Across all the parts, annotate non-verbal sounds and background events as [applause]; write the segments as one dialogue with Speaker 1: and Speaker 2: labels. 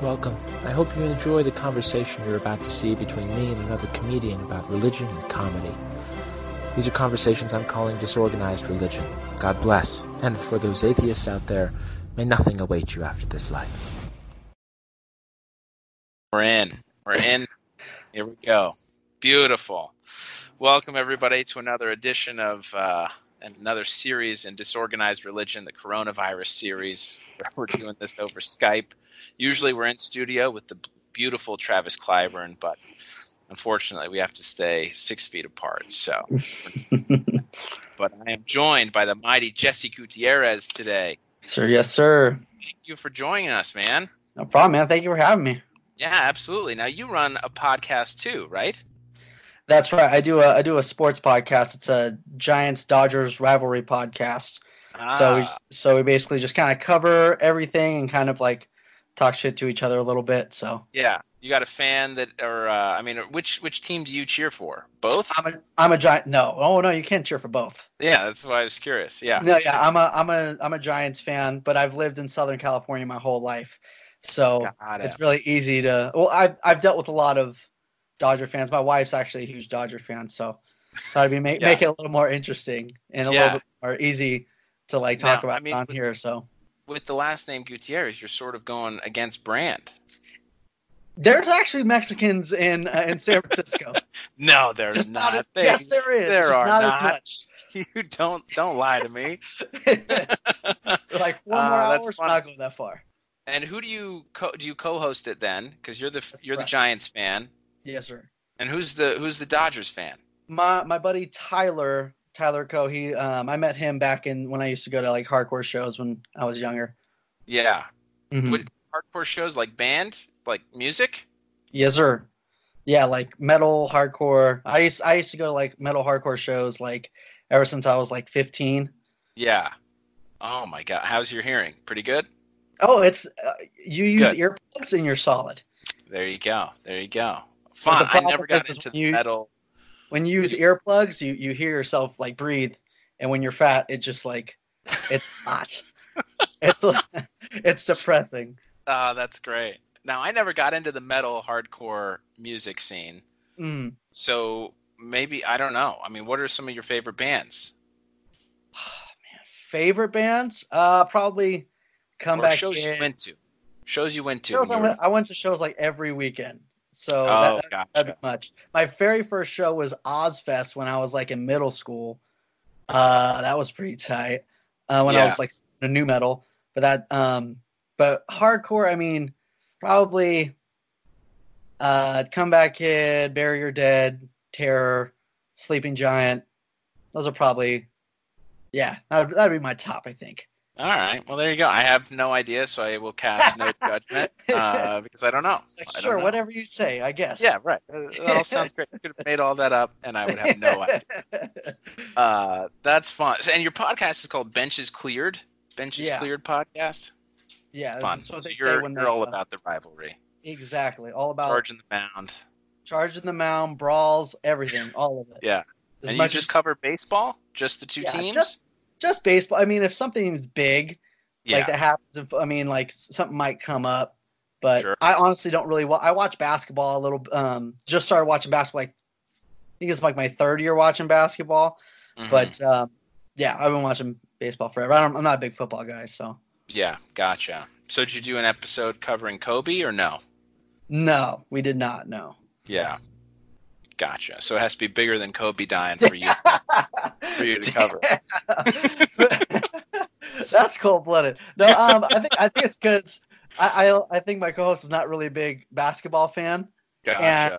Speaker 1: Welcome. I hope you enjoy the conversation you're about to see between me and another comedian about religion and comedy. These are conversations I'm calling disorganized religion. God bless. And for those atheists out there, may nothing await you after this life.
Speaker 2: We're in. We're in. Here we go. Beautiful. Welcome, everybody, to another edition of uh, another series in Disorganized Religion, the coronavirus series. [laughs] We're doing this over Skype. Usually we're in studio with the beautiful Travis Clyburn, but unfortunately we have to stay six feet apart. So, but I am joined by the mighty Jesse Gutierrez today.
Speaker 3: Sir, yes, sir.
Speaker 2: Thank you for joining us, man.
Speaker 3: No problem, man. Thank you for having me.
Speaker 2: Yeah, absolutely. Now you run a podcast too, right?
Speaker 3: That's right. I do a I do a sports podcast. It's a Giants Dodgers rivalry podcast. So we,
Speaker 2: Ah,
Speaker 3: so we basically just kind of cover everything and kind of like talk shit to each other a little bit. So
Speaker 2: yeah. You got a fan that, or uh, I mean, which which team do you cheer for? Both?
Speaker 3: I'm a I'm a giant. No, oh no, you can't cheer for both.
Speaker 2: Yeah, that's why I was curious. Yeah.
Speaker 3: No, yeah, I'm a I'm a I'm a Giants fan, but I've lived in Southern California my whole life, so
Speaker 2: Got it.
Speaker 3: it's really easy to. Well, I've I've dealt with a lot of Dodger fans. My wife's actually a huge Dodger fan, so thought it'd be make,
Speaker 2: Yeah.
Speaker 3: make it a little more interesting and a
Speaker 2: Yeah.
Speaker 3: little bit more easy to like talk
Speaker 2: No,
Speaker 3: about
Speaker 2: I mean,
Speaker 3: on
Speaker 2: with-
Speaker 3: here. So
Speaker 2: With the last name Gutierrez, you're sort of going against brand.
Speaker 3: there's actually Mexicans in uh, in San Francisco.
Speaker 2: No, [laughs] there's
Speaker 3: Just
Speaker 2: not.
Speaker 3: as-
Speaker 2: They-
Speaker 3: yes, there is.
Speaker 2: there
Speaker 3: just
Speaker 2: are
Speaker 3: not,
Speaker 2: not. [laughs] You don't don't lie to me.
Speaker 3: as much. [laughs] like
Speaker 2: Uh,
Speaker 3: one more hour,
Speaker 2: that's
Speaker 3: it's
Speaker 2: funny.
Speaker 3: not going that far.
Speaker 2: And who do you co- do you co-host it then? Because you're the
Speaker 3: That's
Speaker 2: you're the
Speaker 3: correct.
Speaker 2: Giants fan,
Speaker 3: Yes, sir.
Speaker 2: and who's the who's the Dodgers fan?
Speaker 3: my my buddy Tyler Tyler Coe. He um, I met him back in when I used to go to like hardcore shows when I was younger.
Speaker 2: Yeah,
Speaker 3: Mhm.
Speaker 2: hardcore shows like band, like music.
Speaker 3: Yes, sir. Yeah, like metal hardcore. I used I used to go to like metal hardcore shows like ever since I was like 15.
Speaker 2: Yeah. Oh my God, how's your hearing? Pretty good.
Speaker 3: Oh, it's uh, you use
Speaker 2: Good.
Speaker 3: earplugs and you're solid.
Speaker 2: There you go. There you
Speaker 3: [laughs]
Speaker 2: go. Fun. I
Speaker 3: problem
Speaker 2: never got
Speaker 3: is- is
Speaker 2: into
Speaker 3: when you-
Speaker 2: metal.
Speaker 3: When you use earplugs, you you hear yourself like breathe, and when you're fat, it just like
Speaker 2: [laughs]
Speaker 3: it's hot. it's [laughs] it's depressing.
Speaker 2: Ah, that's great. Now I never got into the metal hardcore music scene.
Speaker 3: Mm. [sighs]
Speaker 2: So maybe I don't know. I mean, what are some of your favorite bands?
Speaker 3: Man, favorite bands? Uh, probably come
Speaker 2: or
Speaker 3: back.
Speaker 2: shows you went to. Shows you went to.
Speaker 3: shows
Speaker 2: when
Speaker 3: I,
Speaker 2: you
Speaker 3: went,
Speaker 2: were-
Speaker 3: I went to shows like every weekend, so that,
Speaker 2: oh,
Speaker 3: that-
Speaker 2: gotcha.
Speaker 3: that'd be much. My very first show was Ozfest when I was like in middle school. Uh, that was pretty tight. Uh, when I
Speaker 2: Yeah.
Speaker 3: was like a new metal, but that um, but hardcore. I mean, probably. Uh, Comeback Kid, Bury Your Dead, Terror, Sleeping Giant. Those are probably, yeah, that'd, that'd be my top, I think.
Speaker 2: All right. Well, there you go. I have no idea, so I will cast
Speaker 3: [laughs]
Speaker 2: no judgment uh, because I don't know.
Speaker 3: Like,
Speaker 2: I don't
Speaker 3: sure,
Speaker 2: know.
Speaker 3: whatever you say, I guess.
Speaker 2: Yeah, right. That all sounds great. You could have made all that up, and I would have no
Speaker 3: [laughs]
Speaker 2: idea. Uh, that's fun. So- And your podcast is called Benches Cleared. Benches
Speaker 3: Yeah.
Speaker 2: Cleared podcast.
Speaker 3: yeah,
Speaker 2: Fun.
Speaker 3: that's what
Speaker 2: So
Speaker 3: they say
Speaker 2: you're,
Speaker 3: when
Speaker 2: you're
Speaker 3: they,
Speaker 2: all
Speaker 3: uh,
Speaker 2: about the rivalry,
Speaker 3: exactly all about
Speaker 2: charging the mound.
Speaker 3: charging the mound, brawls,
Speaker 2: [laughs]
Speaker 3: everything, all of it.
Speaker 2: Yeah.
Speaker 3: as
Speaker 2: and you
Speaker 3: much
Speaker 2: just
Speaker 3: as,
Speaker 2: cover baseball, just the two
Speaker 3: Yeah,
Speaker 2: teams.
Speaker 3: just- just baseball. I mean, if something's big
Speaker 2: yeah.
Speaker 3: like that happens, if, I mean, like something might come up. But
Speaker 2: Sure.
Speaker 3: I honestly don't really. Well, I watch basketball a little. Um, just started watching basketball. Like, I think it's like my third year watching basketball.
Speaker 2: Mhm.
Speaker 3: But um, yeah, I've been watching baseball forever. I don't, I'm not a big football guy, so.
Speaker 2: yeah, gotcha. So did you do an episode covering Kobe or no?
Speaker 3: No, we did not. No.
Speaker 2: Yeah. Gotcha. So it has to be bigger than Kobe dying for you. For you to
Speaker 3: [laughs]
Speaker 2: cover.
Speaker 3: That's cold blooded. No, um, I think I think it's because I, I I think my co-host is not really a big basketball fan.
Speaker 2: Gotcha.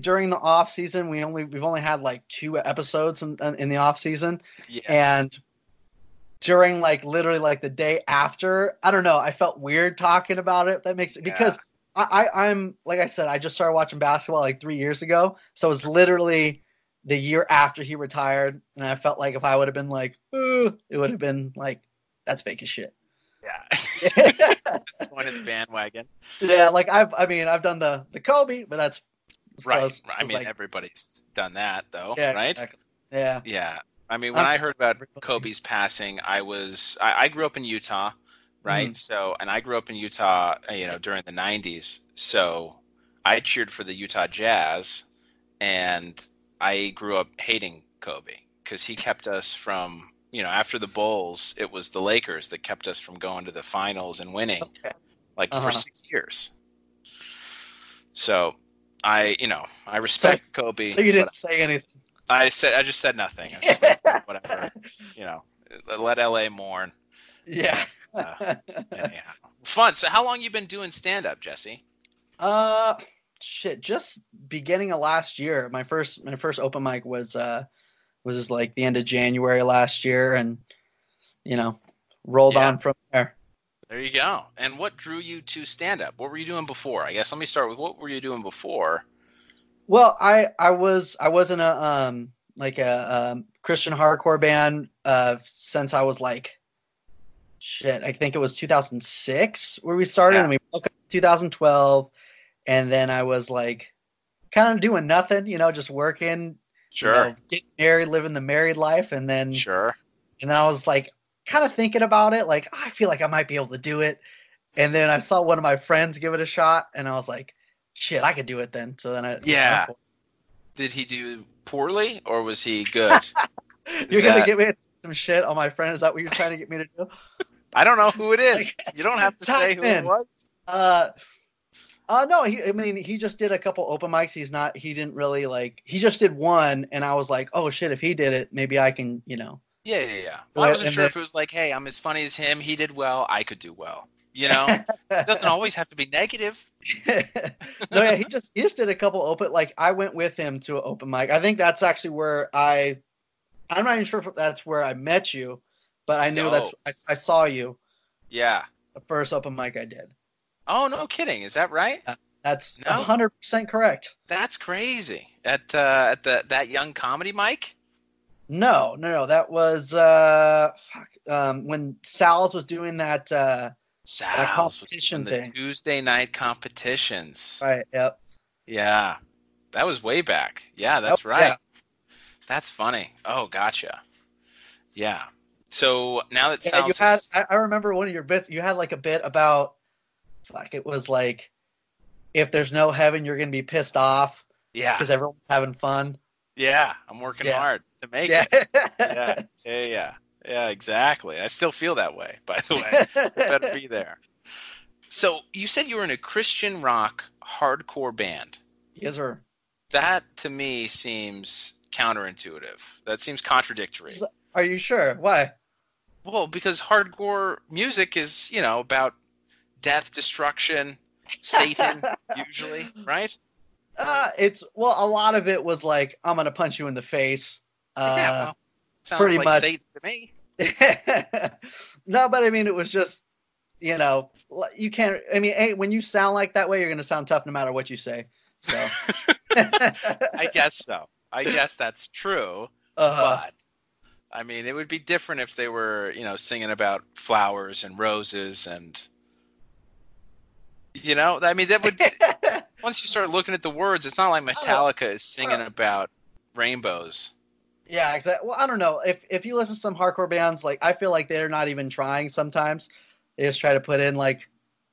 Speaker 3: During the off season, we only we've only had like two episodes in, in the off season,
Speaker 2: Yeah.
Speaker 3: and during like literally like the day after, I don't know. I felt weird talking about it. That makes it
Speaker 2: Yeah.
Speaker 3: because I, I I'm like I said, I just started watching basketball like three years ago, so it's literally the year after he retired, and I felt like if I would have been like, Ooh, it would have been like that's fake as shit.
Speaker 2: Yeah. [laughs] Going in the bandwagon.
Speaker 3: [laughs] yeah, like I've I mean I've done the the Kobe, but that's it's
Speaker 2: Right.
Speaker 3: close.
Speaker 2: I
Speaker 3: It's
Speaker 2: mean,
Speaker 3: like-
Speaker 2: everybody's done that though,
Speaker 3: yeah,
Speaker 2: right?
Speaker 3: exactly. yeah, Um,
Speaker 2: Yeah. I mean, when
Speaker 3: I'm
Speaker 2: i
Speaker 3: just-
Speaker 2: heard about
Speaker 3: everybody-
Speaker 2: Kobe's passing, I was I, I grew up in Utah,
Speaker 3: Mm-hmm.
Speaker 2: right? So, and I grew up in Utah, uh, you know, during the 90s. So I cheered for the Utah Jazz and I grew up hating Kobe because he kept us from, you know, after the Bulls, it was the Lakers that kept us from going to the finals and winning
Speaker 3: Okay.
Speaker 2: like
Speaker 3: Uh-huh.
Speaker 2: for six years. So I, you know, I respect Kobe.
Speaker 3: So you
Speaker 2: but
Speaker 3: didn't say anything.
Speaker 2: I said I just said nothing. I was just like, whatever. You know, let LA mourn.
Speaker 3: yeah.
Speaker 2: Uh, Anyhow. Fun. So how long you been doing stand up, Jesse?
Speaker 3: Uh, shit. Just beginning of last year, my first my first open mic was uh was just like the end of January last year, and you know rolled
Speaker 2: Yeah.
Speaker 3: on from there.
Speaker 2: There you go. And what drew you to stand up? What were you doing before? I guess let me start with what were you doing before?
Speaker 3: Well, I I was I was in a um like a um, Christian hardcore band uh since I was like shit. I think it was 2006 where we started,
Speaker 2: Yeah.
Speaker 3: and we broke up in 2012, and then I was like kind of doing nothing, you know, just working, you know, getting married, living the married life, and then
Speaker 2: Sure.
Speaker 3: and I was like kind of thinking about it, like I feel like I might be able to do it. And then I saw one of my friends give it a shot, and I was like, shit, I could do it then. So then I
Speaker 2: Yeah. Did he do poorly or was he good?
Speaker 3: [laughs]
Speaker 2: [laughs]
Speaker 3: you're gonna
Speaker 2: that-
Speaker 3: get me into some shit on my friend. Is that what you're trying to get me to do?
Speaker 2: I don't know who it is. You don't have to
Speaker 3: Type
Speaker 2: say who
Speaker 3: in.
Speaker 2: it was.
Speaker 3: Uh. Uh, no, he, I mean, he just did a couple open mics. He's not, he didn't really like, he just did one. And I was like, oh shit, if he did it, maybe I can, you know,
Speaker 2: Yeah, yeah, yeah.
Speaker 3: Go
Speaker 2: I
Speaker 3: ahead
Speaker 2: wasn't
Speaker 3: and
Speaker 2: sure
Speaker 3: then-
Speaker 2: if it was like, hey, I'm as funny as him. He did well. I could do well. You know, it doesn't always have to be negative.
Speaker 3: [laughs] no, yeah, he just he just did a couple open. Like I went with him to an open mic. I think that's actually where I. I'm not even sure if that's where I met you, but I knew that's I, I saw you
Speaker 2: Yeah.
Speaker 3: the first open mic I did.
Speaker 2: Oh, no kidding. Is that right?
Speaker 3: That's
Speaker 2: No.
Speaker 3: 100 percent correct.
Speaker 2: That's crazy. At uh, at the that young comedy mic.
Speaker 3: No, no, no. That was uh, fuck, um, when Sal's was doing that. Uh,
Speaker 2: Sal's
Speaker 3: competition
Speaker 2: was doing the
Speaker 3: thing.
Speaker 2: Tuesday night competitions.
Speaker 3: right. Yep.
Speaker 2: Yeah. That was way back. Yeah, that's
Speaker 3: Yep,
Speaker 2: right.
Speaker 3: Oh, yeah.
Speaker 2: That's funny. Oh, gotcha. Yeah. So now that
Speaker 3: Yeah,
Speaker 2: Sal's
Speaker 3: you had. I, I remember one of your bits. You had like a bit about. Fuck! It was like, if there's no heaven, you're gonna be pissed off
Speaker 2: yeah,
Speaker 3: because everyone's having fun.
Speaker 2: yeah, I'm working
Speaker 3: Yeah.
Speaker 2: hard to make
Speaker 3: yeah.
Speaker 2: it. [laughs] yeah, yeah, yeah, yeah, exactly. I still feel that way, by
Speaker 3: [laughs]
Speaker 2: the way. Better be there. So you said you were in a Christian rock hardcore band.
Speaker 3: yes, sir.
Speaker 2: That to me seems counterintuitive. That seems contradictory.
Speaker 3: Is- Are you sure? Why?
Speaker 2: Well, because hardcore music is, you know, about death, destruction, Satan, usually, right?
Speaker 3: [laughs] Uh, it's well, a lot of it was like, I'm gonna punch you in the face.
Speaker 2: yeah,
Speaker 3: Uh,
Speaker 2: well, sounds
Speaker 3: pretty
Speaker 2: like
Speaker 3: much.
Speaker 2: Satan to me.
Speaker 3: [laughs] no, but I mean, it was just, you know, l- you can't. I mean, hey, when you sound like that way, you're gonna sound tough no matter what you say. So,
Speaker 2: [laughs]
Speaker 3: [laughs]
Speaker 2: I guess so. I guess that's true.
Speaker 3: uh,
Speaker 2: but I mean, it would be different if they were, you know, singing about flowers and roses and, you know, I mean, that
Speaker 3: [laughs]
Speaker 2: would once you start looking at the words, it's not like
Speaker 3: Oh.
Speaker 2: Metallica is singing about rainbows.
Speaker 3: yeah, exactly. Well, I don't know if if you listen to some hardcore bands, like I feel like they're not even trying. Sometimes they just try to put in like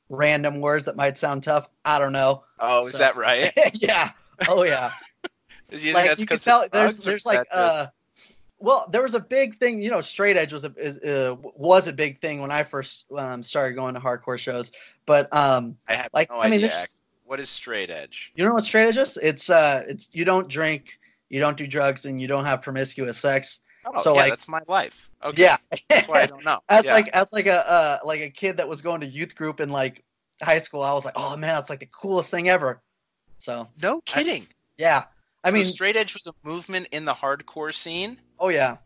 Speaker 3: random words that might sound tough. I don't know. [laughs]
Speaker 2: Oh, is
Speaker 3: So-
Speaker 2: that right?
Speaker 3: yeah. Oh yeah.
Speaker 2: Do [laughs] you think
Speaker 3: like
Speaker 2: that's
Speaker 3: you can
Speaker 2: 'cause of
Speaker 3: tell there's
Speaker 2: drugs or
Speaker 3: there's
Speaker 2: is
Speaker 3: like
Speaker 2: that just-
Speaker 3: uh well there was a big thing you know straight edge was a is, uh, was a big thing when I first um, started going to hardcore shows but um
Speaker 2: I have
Speaker 3: like
Speaker 2: no
Speaker 3: I mean
Speaker 2: idea.
Speaker 3: there's
Speaker 2: what is straight edge?
Speaker 3: you know what straight edge is it's uh it's you don't drink you don't do drugs and you don't have promiscuous sex
Speaker 2: Oh,
Speaker 3: So,
Speaker 2: yeah,
Speaker 3: like-
Speaker 2: that's my life. Okay,
Speaker 3: yeah
Speaker 2: that's why I don't know.
Speaker 3: [laughs] as
Speaker 2: Yeah.
Speaker 3: like as like a uh, like a kid that was going to youth group in like high school I was like oh man that's like the coolest thing ever so
Speaker 2: no kidding.
Speaker 3: yeah I
Speaker 2: So
Speaker 3: mean
Speaker 2: straight edge was a movement in the hardcore scene.
Speaker 3: oh yeah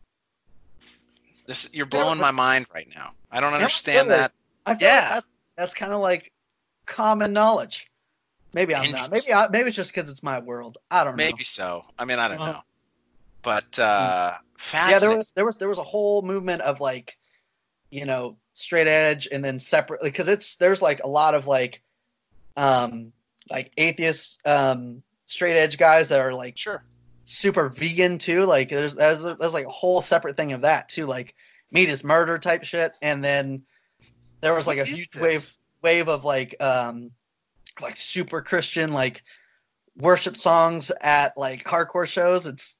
Speaker 2: This you're blowing my mind right now. I don't understand
Speaker 3: really.
Speaker 2: that.
Speaker 3: I feel yeah.
Speaker 2: Yeah.
Speaker 3: that's that's kind of like common knowledge. Maybe I'm not. Maybe
Speaker 2: Interesting.
Speaker 3: I, maybe it's just because it's my world. I don't
Speaker 2: Maybe so. I mean, I don't
Speaker 3: Uh-huh.
Speaker 2: know. But uh
Speaker 3: know. Yeah,
Speaker 2: fascinating.
Speaker 3: there was there was there was a whole movement of like, you know, straight edge, and then separately because it's there's like a lot of like, um, like atheist um straight edge guys that are like
Speaker 2: sure.
Speaker 3: super vegan too. Like there's there's there's like a whole separate thing of that too. Like meat is murder type shit, and then There was like a
Speaker 2: What is
Speaker 3: huge
Speaker 2: this?
Speaker 3: wave wave of like um like super Christian like worship songs at like hardcore shows. It's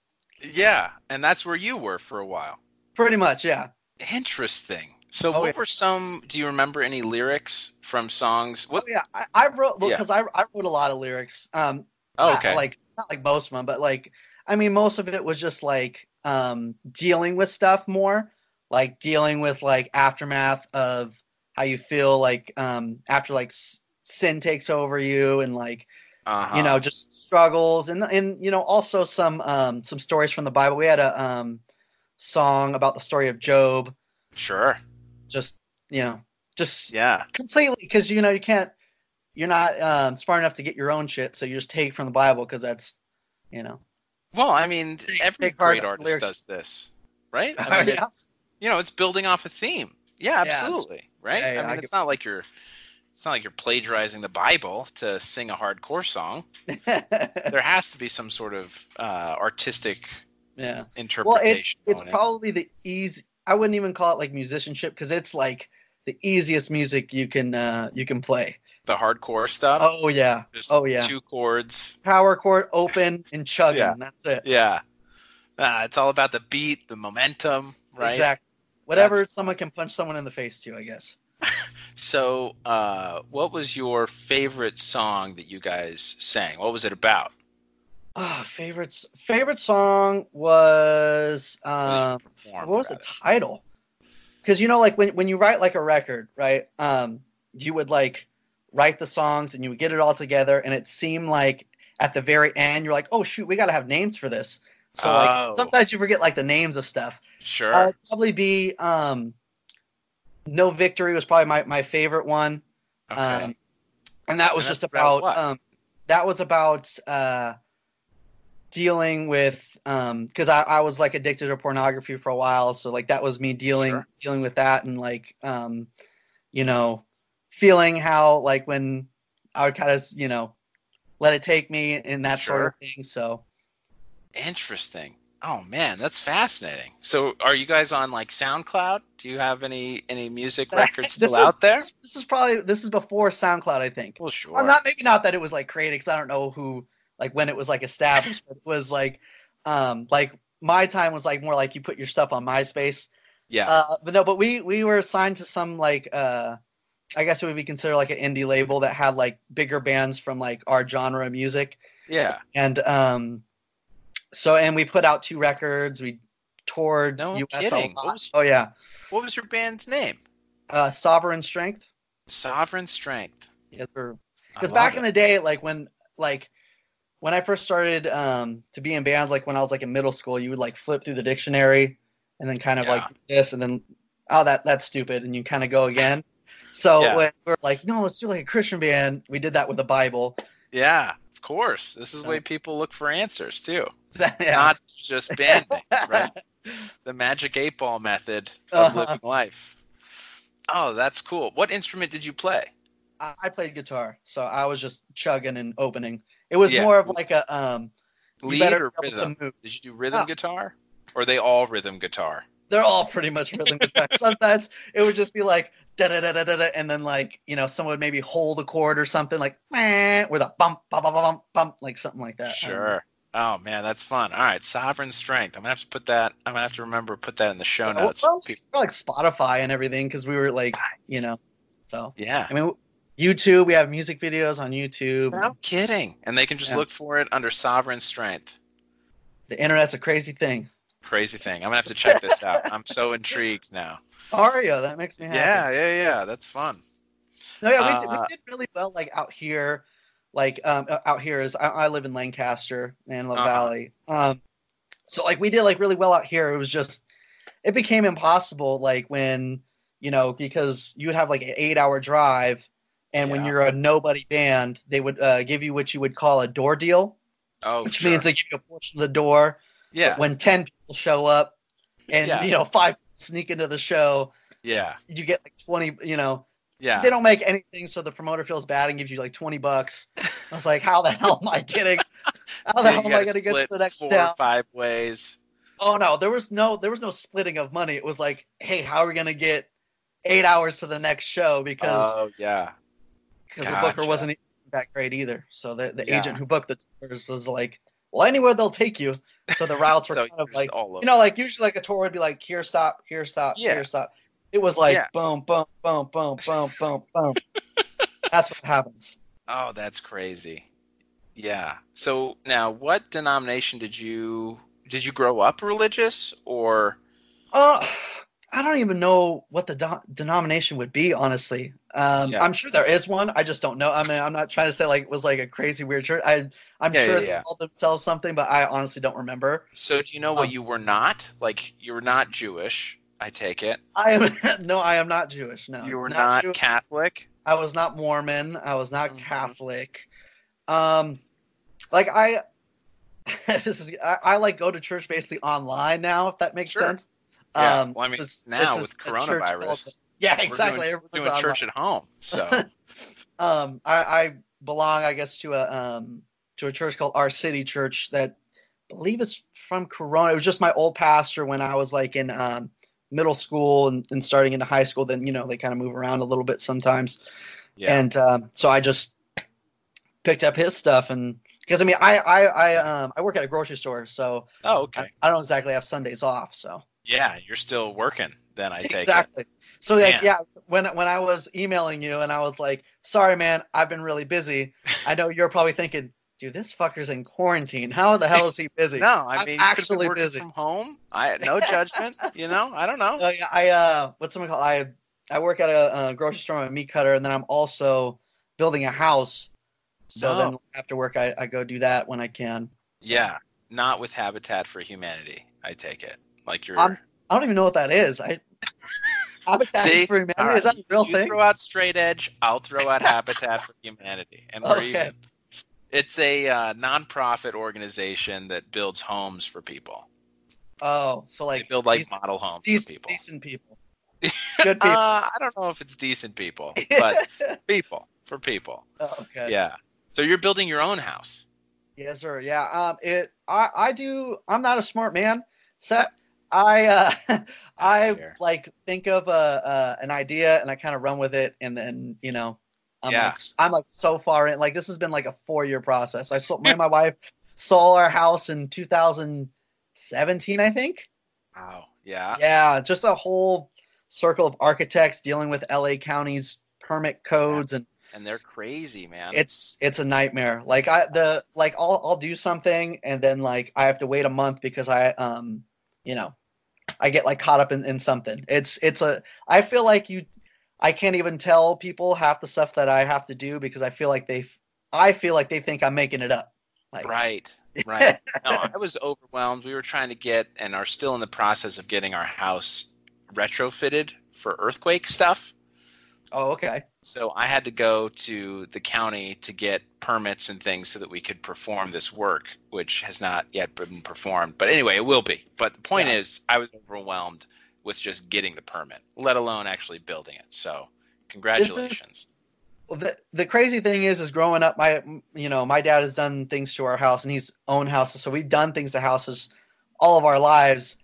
Speaker 2: Yeah, and that's where you were for a while.
Speaker 3: pretty much yeah.
Speaker 2: Interesting. So,
Speaker 3: Oh,
Speaker 2: what
Speaker 3: yeah.
Speaker 2: were some? Do you remember any lyrics from songs?
Speaker 3: Oh
Speaker 2: What?
Speaker 3: yeah, I, I wrote well
Speaker 2: Yeah.
Speaker 3: because I I wrote a lot of lyrics. Um,
Speaker 2: Oh,
Speaker 3: not
Speaker 2: okay.
Speaker 3: like not like most of them, but like I mean, most of it was just like um dealing with stuff more, like dealing with like aftermath of how you feel like um after like s- sin takes over you and like
Speaker 2: Uh-huh.
Speaker 3: you know just struggles and and you know also some um some stories from the Bible. We had a um song about the story of Job,
Speaker 2: Sure.
Speaker 3: just you know just
Speaker 2: Yeah.
Speaker 3: completely because you know you can't you're not um, smart enough to get your own shit so you just take from the bible because that's you know
Speaker 2: Well, I mean, every
Speaker 3: take hard
Speaker 2: great artist
Speaker 3: lyrics.
Speaker 2: does this, right?
Speaker 3: [laughs]
Speaker 2: I mean,
Speaker 3: Yeah.
Speaker 2: it's- you know, it's building off a theme. Yeah,
Speaker 3: Yeah,
Speaker 2: absolutely. right?
Speaker 3: yeah, yeah,
Speaker 2: I mean,
Speaker 3: I
Speaker 2: it's
Speaker 3: get-
Speaker 2: not like you're it's not like you're plagiarizing the Bible to sing a hardcore song. [laughs] There has to be some sort of uh, artistic
Speaker 3: yeah well it's
Speaker 2: interpretation.
Speaker 3: it's
Speaker 2: on it.
Speaker 3: probably the easy i wouldn't even call it like musicianship because it's like the easiest music you can uh you can play
Speaker 2: the hardcore stuff.
Speaker 3: oh yeah
Speaker 2: Just
Speaker 3: oh yeah
Speaker 2: Two chords.
Speaker 3: power chord open and chugging
Speaker 2: Yeah.
Speaker 3: that's it
Speaker 2: Yeah. Uh, it's all about the beat, the momentum, right?
Speaker 3: exactly whatever
Speaker 2: That's-
Speaker 3: someone can punch someone in the face to i guess
Speaker 2: So, uh, what was your favorite song that you guys sang? What was it about?
Speaker 3: Ah, favorites favorite song was um
Speaker 2: Performed
Speaker 3: what was the
Speaker 2: about
Speaker 3: title? Because you know, like when when you write like a record, right? Um, you would like write the songs and you would get it all together, and it seemed like at the very end, you're like, oh shoot, we got to have names for this. So
Speaker 2: Oh.
Speaker 3: like sometimes you forget like the names of stuff.
Speaker 2: it? Sure.
Speaker 3: Uh, it'd probably be um, no victory was probably my my favorite one.
Speaker 2: okay.
Speaker 3: Um, and that was
Speaker 2: And
Speaker 3: just
Speaker 2: that's about
Speaker 3: about,
Speaker 2: what?
Speaker 3: um, that was about uh, dealing with because I, I was like addicted to pornography for a while, so like that was me dealing
Speaker 2: Sure.
Speaker 3: dealing with that and like um, you know feeling how like when I would kind of you know let it take me and that sort of thing. So
Speaker 2: Interesting. Oh man, that's fascinating. So, are you guys on like SoundCloud? Do you have any any music
Speaker 3: [laughs]
Speaker 2: records still
Speaker 3: This was-
Speaker 2: out there?
Speaker 3: This, this is probably this is before SoundCloud, I think.
Speaker 2: Well, sure.
Speaker 3: Or not maybe not that it was like created because I don't know who like when it was like established. but it was like um like my time was like more like you put your stuff on MySpace.
Speaker 2: yeah.
Speaker 3: Uh, but no, but we we were assigned to some like uh I guess it would be considered like an indie label that had like bigger bands from like our genre of music.
Speaker 2: yeah.
Speaker 3: And um so and we put out two records. We toured
Speaker 2: No
Speaker 3: US a
Speaker 2: kidding. What
Speaker 3: lot.
Speaker 2: was-
Speaker 3: Oh yeah.
Speaker 2: What was your band's name?
Speaker 3: Uh Sovereign Strength.
Speaker 2: Sovereign Strength.
Speaker 3: Yes, sir.
Speaker 2: I
Speaker 3: because
Speaker 2: love
Speaker 3: back
Speaker 2: it.
Speaker 3: in the day like when like when i first started um to be in bands like when i was like in middle school you would like flip through the dictionary and then kind of like
Speaker 2: Yeah.
Speaker 3: do this and then oh that that's stupid and you kind of go again so
Speaker 2: Yeah.
Speaker 3: when we're like no let's do like a christian band we did that with the bible [laughs]
Speaker 2: yeah, of course. This is the
Speaker 3: So-
Speaker 2: way people look for answers too,
Speaker 3: yeah.
Speaker 2: not
Speaker 3: [laughs]
Speaker 2: just band names, right? The magic eight ball method of
Speaker 3: Uh-huh.
Speaker 2: living life. Oh, that's cool. What instrument did you play?
Speaker 3: I I played guitar, so I was just chugging and opening. It was
Speaker 2: Yeah.
Speaker 3: more of like a um, you
Speaker 2: Lead
Speaker 3: better
Speaker 2: or
Speaker 3: be able to
Speaker 2: rhythm?
Speaker 3: move.
Speaker 2: Did you do rhythm
Speaker 3: Oh.
Speaker 2: guitar? Or are they all rhythm guitar?
Speaker 3: they're all pretty much rhythm guitar. Sometimes it would just be like da da da da da da, and then like you know someone would maybe hold a chord or something like meh, with a bump bump bump bump bump like something like that. um, I don't know.
Speaker 2: Sure. Oh man, that's fun. All right, sovereign strength. I'm gonna have to put that. I'm gonna have to remember to put that in the show
Speaker 3: Yeah, well,
Speaker 2: notes.
Speaker 3: well,
Speaker 2: People-
Speaker 3: it's like Spotify and everything because we were like you know so
Speaker 2: Yeah.
Speaker 3: I mean YouTube we have music videos on YouTube.
Speaker 2: No kidding. And they can just
Speaker 3: Yeah.
Speaker 2: look for it under sovereign strength.
Speaker 3: The internet's a crazy thing.
Speaker 2: Crazy thing. I'm gonna have to check this out. I'm so intrigued
Speaker 3: [laughs]
Speaker 2: now.
Speaker 3: Aria, that makes me happy.
Speaker 2: Yeah, yeah, yeah. That's fun.
Speaker 3: No, yeah, we, did,
Speaker 2: Uh,
Speaker 3: we did really well like out here. Like um, uh, out here is I, I live in Lancaster, Antelope
Speaker 2: Uh-huh.
Speaker 3: Valley. Um, so like we did like really well out here. It was just it became impossible like when you know because you would have like an eight hour drive, and when
Speaker 2: Yeah.
Speaker 3: you're a nobody band, they would uh, give you what you would call a door deal,
Speaker 2: Oh,
Speaker 3: which
Speaker 2: sure.
Speaker 3: means they give you a portion of the door.
Speaker 2: yeah,
Speaker 3: When ten people show up, and
Speaker 2: Yeah.
Speaker 3: you know five sneak into the show,
Speaker 2: yeah,
Speaker 3: you get like twenty. You know
Speaker 2: yeah.
Speaker 3: they don't make anything, so the promoter feels bad and gives you like twenty bucks. I was like, how the hell am I getting? How
Speaker 2: Yeah,
Speaker 3: the hell
Speaker 2: you
Speaker 3: am I
Speaker 2: gotta
Speaker 3: gonna get to
Speaker 2: split
Speaker 3: the next
Speaker 2: four
Speaker 3: town?
Speaker 2: or five ways.
Speaker 3: Oh no, there was no there was no splitting of money. It was like, hey, how are we gonna get eight hours to the next show because
Speaker 2: Oh yeah.
Speaker 3: because the
Speaker 2: gotcha.
Speaker 3: booker wasn't that great either. So the, the
Speaker 2: Yeah.
Speaker 3: agent who booked the tours was like, well, anywhere they'll take you. So the routes were
Speaker 2: So
Speaker 3: kind of
Speaker 2: you're
Speaker 3: like,
Speaker 2: just all over.
Speaker 3: you know, like usually like a tour would be like here stop, here stop,
Speaker 2: Yeah.
Speaker 3: here stop. It was like
Speaker 2: Yeah.
Speaker 3: boom, boom, boom, boom, boom, boom,
Speaker 2: [laughs]
Speaker 3: boom. That's what happens.
Speaker 2: Oh, that's crazy. Yeah. So now, what denomination did you did you grow up religious or?
Speaker 3: Uh, I don't even know what the do- denomination would be, honestly. Um,
Speaker 2: Yeah.
Speaker 3: I'm sure there is one. I just don't know. I mean, I'm not trying to say like it was like a crazy weird church. I, I'm
Speaker 2: Yeah,
Speaker 3: sure
Speaker 2: yeah,
Speaker 3: they
Speaker 2: yeah.
Speaker 3: called themselves something, but I honestly don't remember.
Speaker 2: So do you know what
Speaker 3: Um,
Speaker 2: you were not? Like you were not Jewish. I take it.
Speaker 3: I am [laughs] no, I am not Jewish. No,
Speaker 2: you were not,
Speaker 3: Jew-
Speaker 2: Catholic.
Speaker 3: I was not Mormon. I was not
Speaker 2: Mhm.
Speaker 3: Catholic. Um, like I, [laughs] this is, I, I like go to church basically online now. If that makes
Speaker 2: Sure.
Speaker 3: sense. Um,
Speaker 2: Yeah. well, I mean,
Speaker 3: it's-
Speaker 2: now
Speaker 3: it's
Speaker 2: with
Speaker 3: a- a church
Speaker 2: coronavirus,
Speaker 3: also. Yeah,
Speaker 2: we're
Speaker 3: exactly. Everyone's
Speaker 2: doing
Speaker 3: online.
Speaker 2: church at home.
Speaker 3: [laughs]
Speaker 2: So
Speaker 3: um I, I belong i guess to a um to a church called our city church that I believe it's from corona it was just my old pastor when i was like in um middle school and, and starting into high school then you know they kind of move around a little bit sometimes
Speaker 2: yeah.
Speaker 3: and um so i just picked up his stuff and because i mean i i i um i work at a grocery store so
Speaker 2: oh, okay.
Speaker 3: I, I don't exactly have sundays off so
Speaker 2: Yeah, you're still working. Then I take it.
Speaker 3: exactly. So like
Speaker 2: Man.
Speaker 3: yeah, when when I was emailing you and I was like, "Sorry, man, I've been really
Speaker 2: [laughs]
Speaker 3: busy." I know you're probably thinking, "Dude, this fucker's in quarantine. How the hell is he
Speaker 2: [laughs]
Speaker 3: busy?"
Speaker 2: No, I mean you could have
Speaker 3: I'm
Speaker 2: been
Speaker 3: actually
Speaker 2: working
Speaker 3: busy.
Speaker 2: from home. I no judgment. you know, I don't know.
Speaker 3: Oh, yeah, I uh, what's someone called? I I work at a, uh grocery store. I'm a meat cutter, and then I'm also building a house. So
Speaker 2: No.
Speaker 3: then after work, I, I go do that when I can.
Speaker 2: Yeah, not with Habitat for Humanity. I take it. Like you're.
Speaker 3: I'm- I don't even know what that is.
Speaker 2: [laughs]
Speaker 3: I Habitat
Speaker 2: See?
Speaker 3: for Humanity
Speaker 2: All right.
Speaker 3: is that a real
Speaker 2: you
Speaker 3: thing?
Speaker 2: throw out Straight Edge, I'll throw out Habitat for Humanity, and we're
Speaker 3: Okay.
Speaker 2: even. It's a uh, nonprofit organization that builds homes for people.
Speaker 3: Oh, so like
Speaker 2: they build like
Speaker 3: decent,
Speaker 2: model homes for
Speaker 3: decent,
Speaker 2: people. [laughs]
Speaker 3: decent people, good people.
Speaker 2: Uh, I don't know if it's decent
Speaker 3: [laughs]
Speaker 2: people, but people for people.
Speaker 3: Oh, okay.
Speaker 2: Yeah. So you're building your own house.
Speaker 3: Yes, sir. Yeah. Um, it. I. I do. I'm not a smart man. So I. Uh, [laughs] I
Speaker 2: Fair.
Speaker 3: like think of a uh, an idea and I kind of run with it, and then you know, I'm
Speaker 2: Yeah.
Speaker 3: like, I'm like so far in. Like this has been like a four year process. I sold me and my wife sold our house in 2017, I think.
Speaker 2: Wow. Yeah.
Speaker 3: Yeah, just a whole circle of architects dealing with LA County's permit codes and
Speaker 2: And they're crazy, man.
Speaker 3: it's it's a nightmare like i the like i'll i'll do something and then like i have to wait a month because i um you know i get like caught up in, in something it's it's a i feel like you i can't even tell people half the stuff that i have to do because i feel like they i feel like they think i'm making it up like
Speaker 2: Right, [laughs] right. no, I was overwhelmed. We were trying to get and are still in the process of getting our house retrofitted for earthquake stuff.
Speaker 3: oh okay
Speaker 2: So I had to go to the county to get permits and things so that we could perform this work, which has not yet been performed. But anyway, it will be. But the point
Speaker 3: Yeah.
Speaker 2: is, I was overwhelmed with just getting the permit, let alone actually building it. So congratulations.
Speaker 3: Well, the, the crazy thing is is growing up my you know my dad has done things to our house and he's owned houses so we've done things to houses all of our lives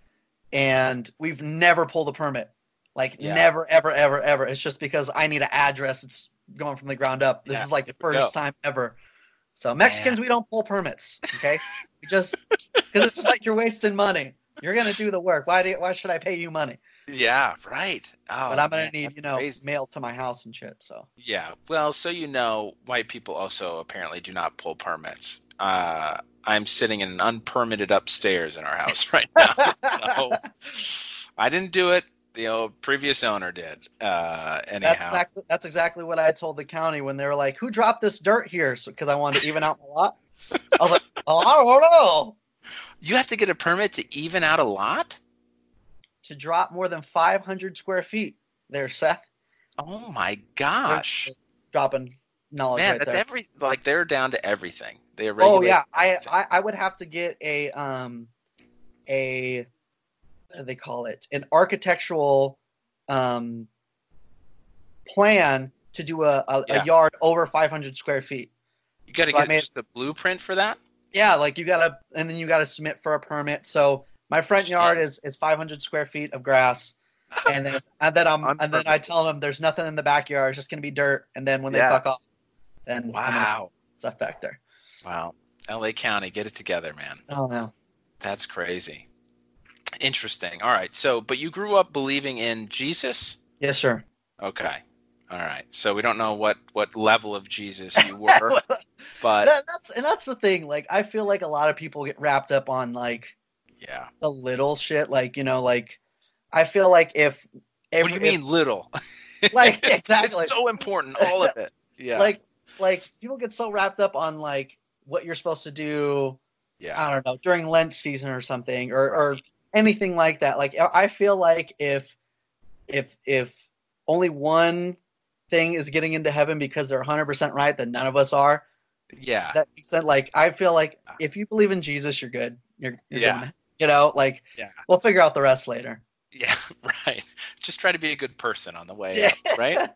Speaker 3: and we've never pulled a permit like
Speaker 2: Yeah.
Speaker 3: never ever ever ever it's just because i need an address it's going from the ground up this
Speaker 2: Yeah,
Speaker 3: is like the
Speaker 2: we go.
Speaker 3: first time ever so mexicans we don't pull permits okay we just because it's just like you're wasting money you're gonna do the work why do you, why should i pay you money
Speaker 2: Yeah, right. Oh,
Speaker 3: but i'm gonna
Speaker 2: man,
Speaker 3: need
Speaker 2: that's
Speaker 3: you know
Speaker 2: crazy.
Speaker 3: mail to my house and shit so
Speaker 2: Yeah, well, so you know, white people also apparently do not pull permits. Uh, I'm sitting in an unpermitted upstairs in our house [laughs] right now. So I didn't do it. The old previous owner did. Uh,
Speaker 3: That's
Speaker 2: anyhow,
Speaker 3: exactly that's exactly what I told the county when they were like, "Who dropped this dirt here?" Because I wanted to even out my lot. I was like,
Speaker 2: [laughs]
Speaker 3: "Oh, I don't know."
Speaker 2: you have to get a permit to even out a lot.
Speaker 3: To drop more than 500 square feet, there, Seth.
Speaker 2: Oh my gosh,
Speaker 3: Dropping knowledge
Speaker 2: man,
Speaker 3: right
Speaker 2: that's
Speaker 3: there.
Speaker 2: every like they're down to everything. They
Speaker 3: oh
Speaker 2: regulate.
Speaker 3: yeah, I, I I would have to get a um a what do they call it an architectural um plan to do a a,
Speaker 2: Yeah.
Speaker 3: a yard over 500 square feet.
Speaker 2: You got to
Speaker 3: So I
Speaker 2: get
Speaker 3: made-
Speaker 2: just the blueprint for that.
Speaker 3: Yeah, like you gotta, and then you gotta submit for a permit. So my front yard
Speaker 2: Jeez. [laughs]
Speaker 3: is is 500 square feet of grass. and then and then I'm
Speaker 2: On
Speaker 3: and then I tell them there's nothing in the backyard. It's just gonna be dirt. And then when they
Speaker 2: Yeah.
Speaker 3: fuck off, then I'm gonna
Speaker 2: Wow.
Speaker 3: put stuff back there.
Speaker 2: Wow. LA County, get it together, man.
Speaker 3: Oh no,
Speaker 2: That's crazy. Interesting. All right. So, but you grew up believing in Jesus?
Speaker 3: yes, sir. [laughs]
Speaker 2: Okay. All right. So we don't know what what level of Jesus
Speaker 3: [laughs]
Speaker 2: you were, but
Speaker 3: That- that's and that's the thing. Like I feel like a lot of people get wrapped up on like
Speaker 2: yeah.
Speaker 3: the little shit. Like you know, like I feel like if
Speaker 2: What do you mean little?
Speaker 3: if- [laughs] like
Speaker 2: [laughs]
Speaker 3: exactly,
Speaker 2: It's so important, all of it. Yeah.
Speaker 3: like like people get so wrapped up on like what you're supposed to do
Speaker 2: yeah.
Speaker 3: I don't know, during Lent season or something, or, or anything like that. Like I- I feel like if if if only one thing is getting into heaven because they're 100% right, then none of us are.
Speaker 2: Yeah.
Speaker 3: That makes sense. Like I feel like if you believe in Jesus, you're good. You're, you're
Speaker 2: Yeah.
Speaker 3: good. You know, like
Speaker 2: Yeah.
Speaker 3: we'll figure out the rest later.
Speaker 2: Yeah, [laughs] right. Just try to be a good person on the way
Speaker 3: Yeah.
Speaker 2: up,
Speaker 3: [laughs]
Speaker 2: right?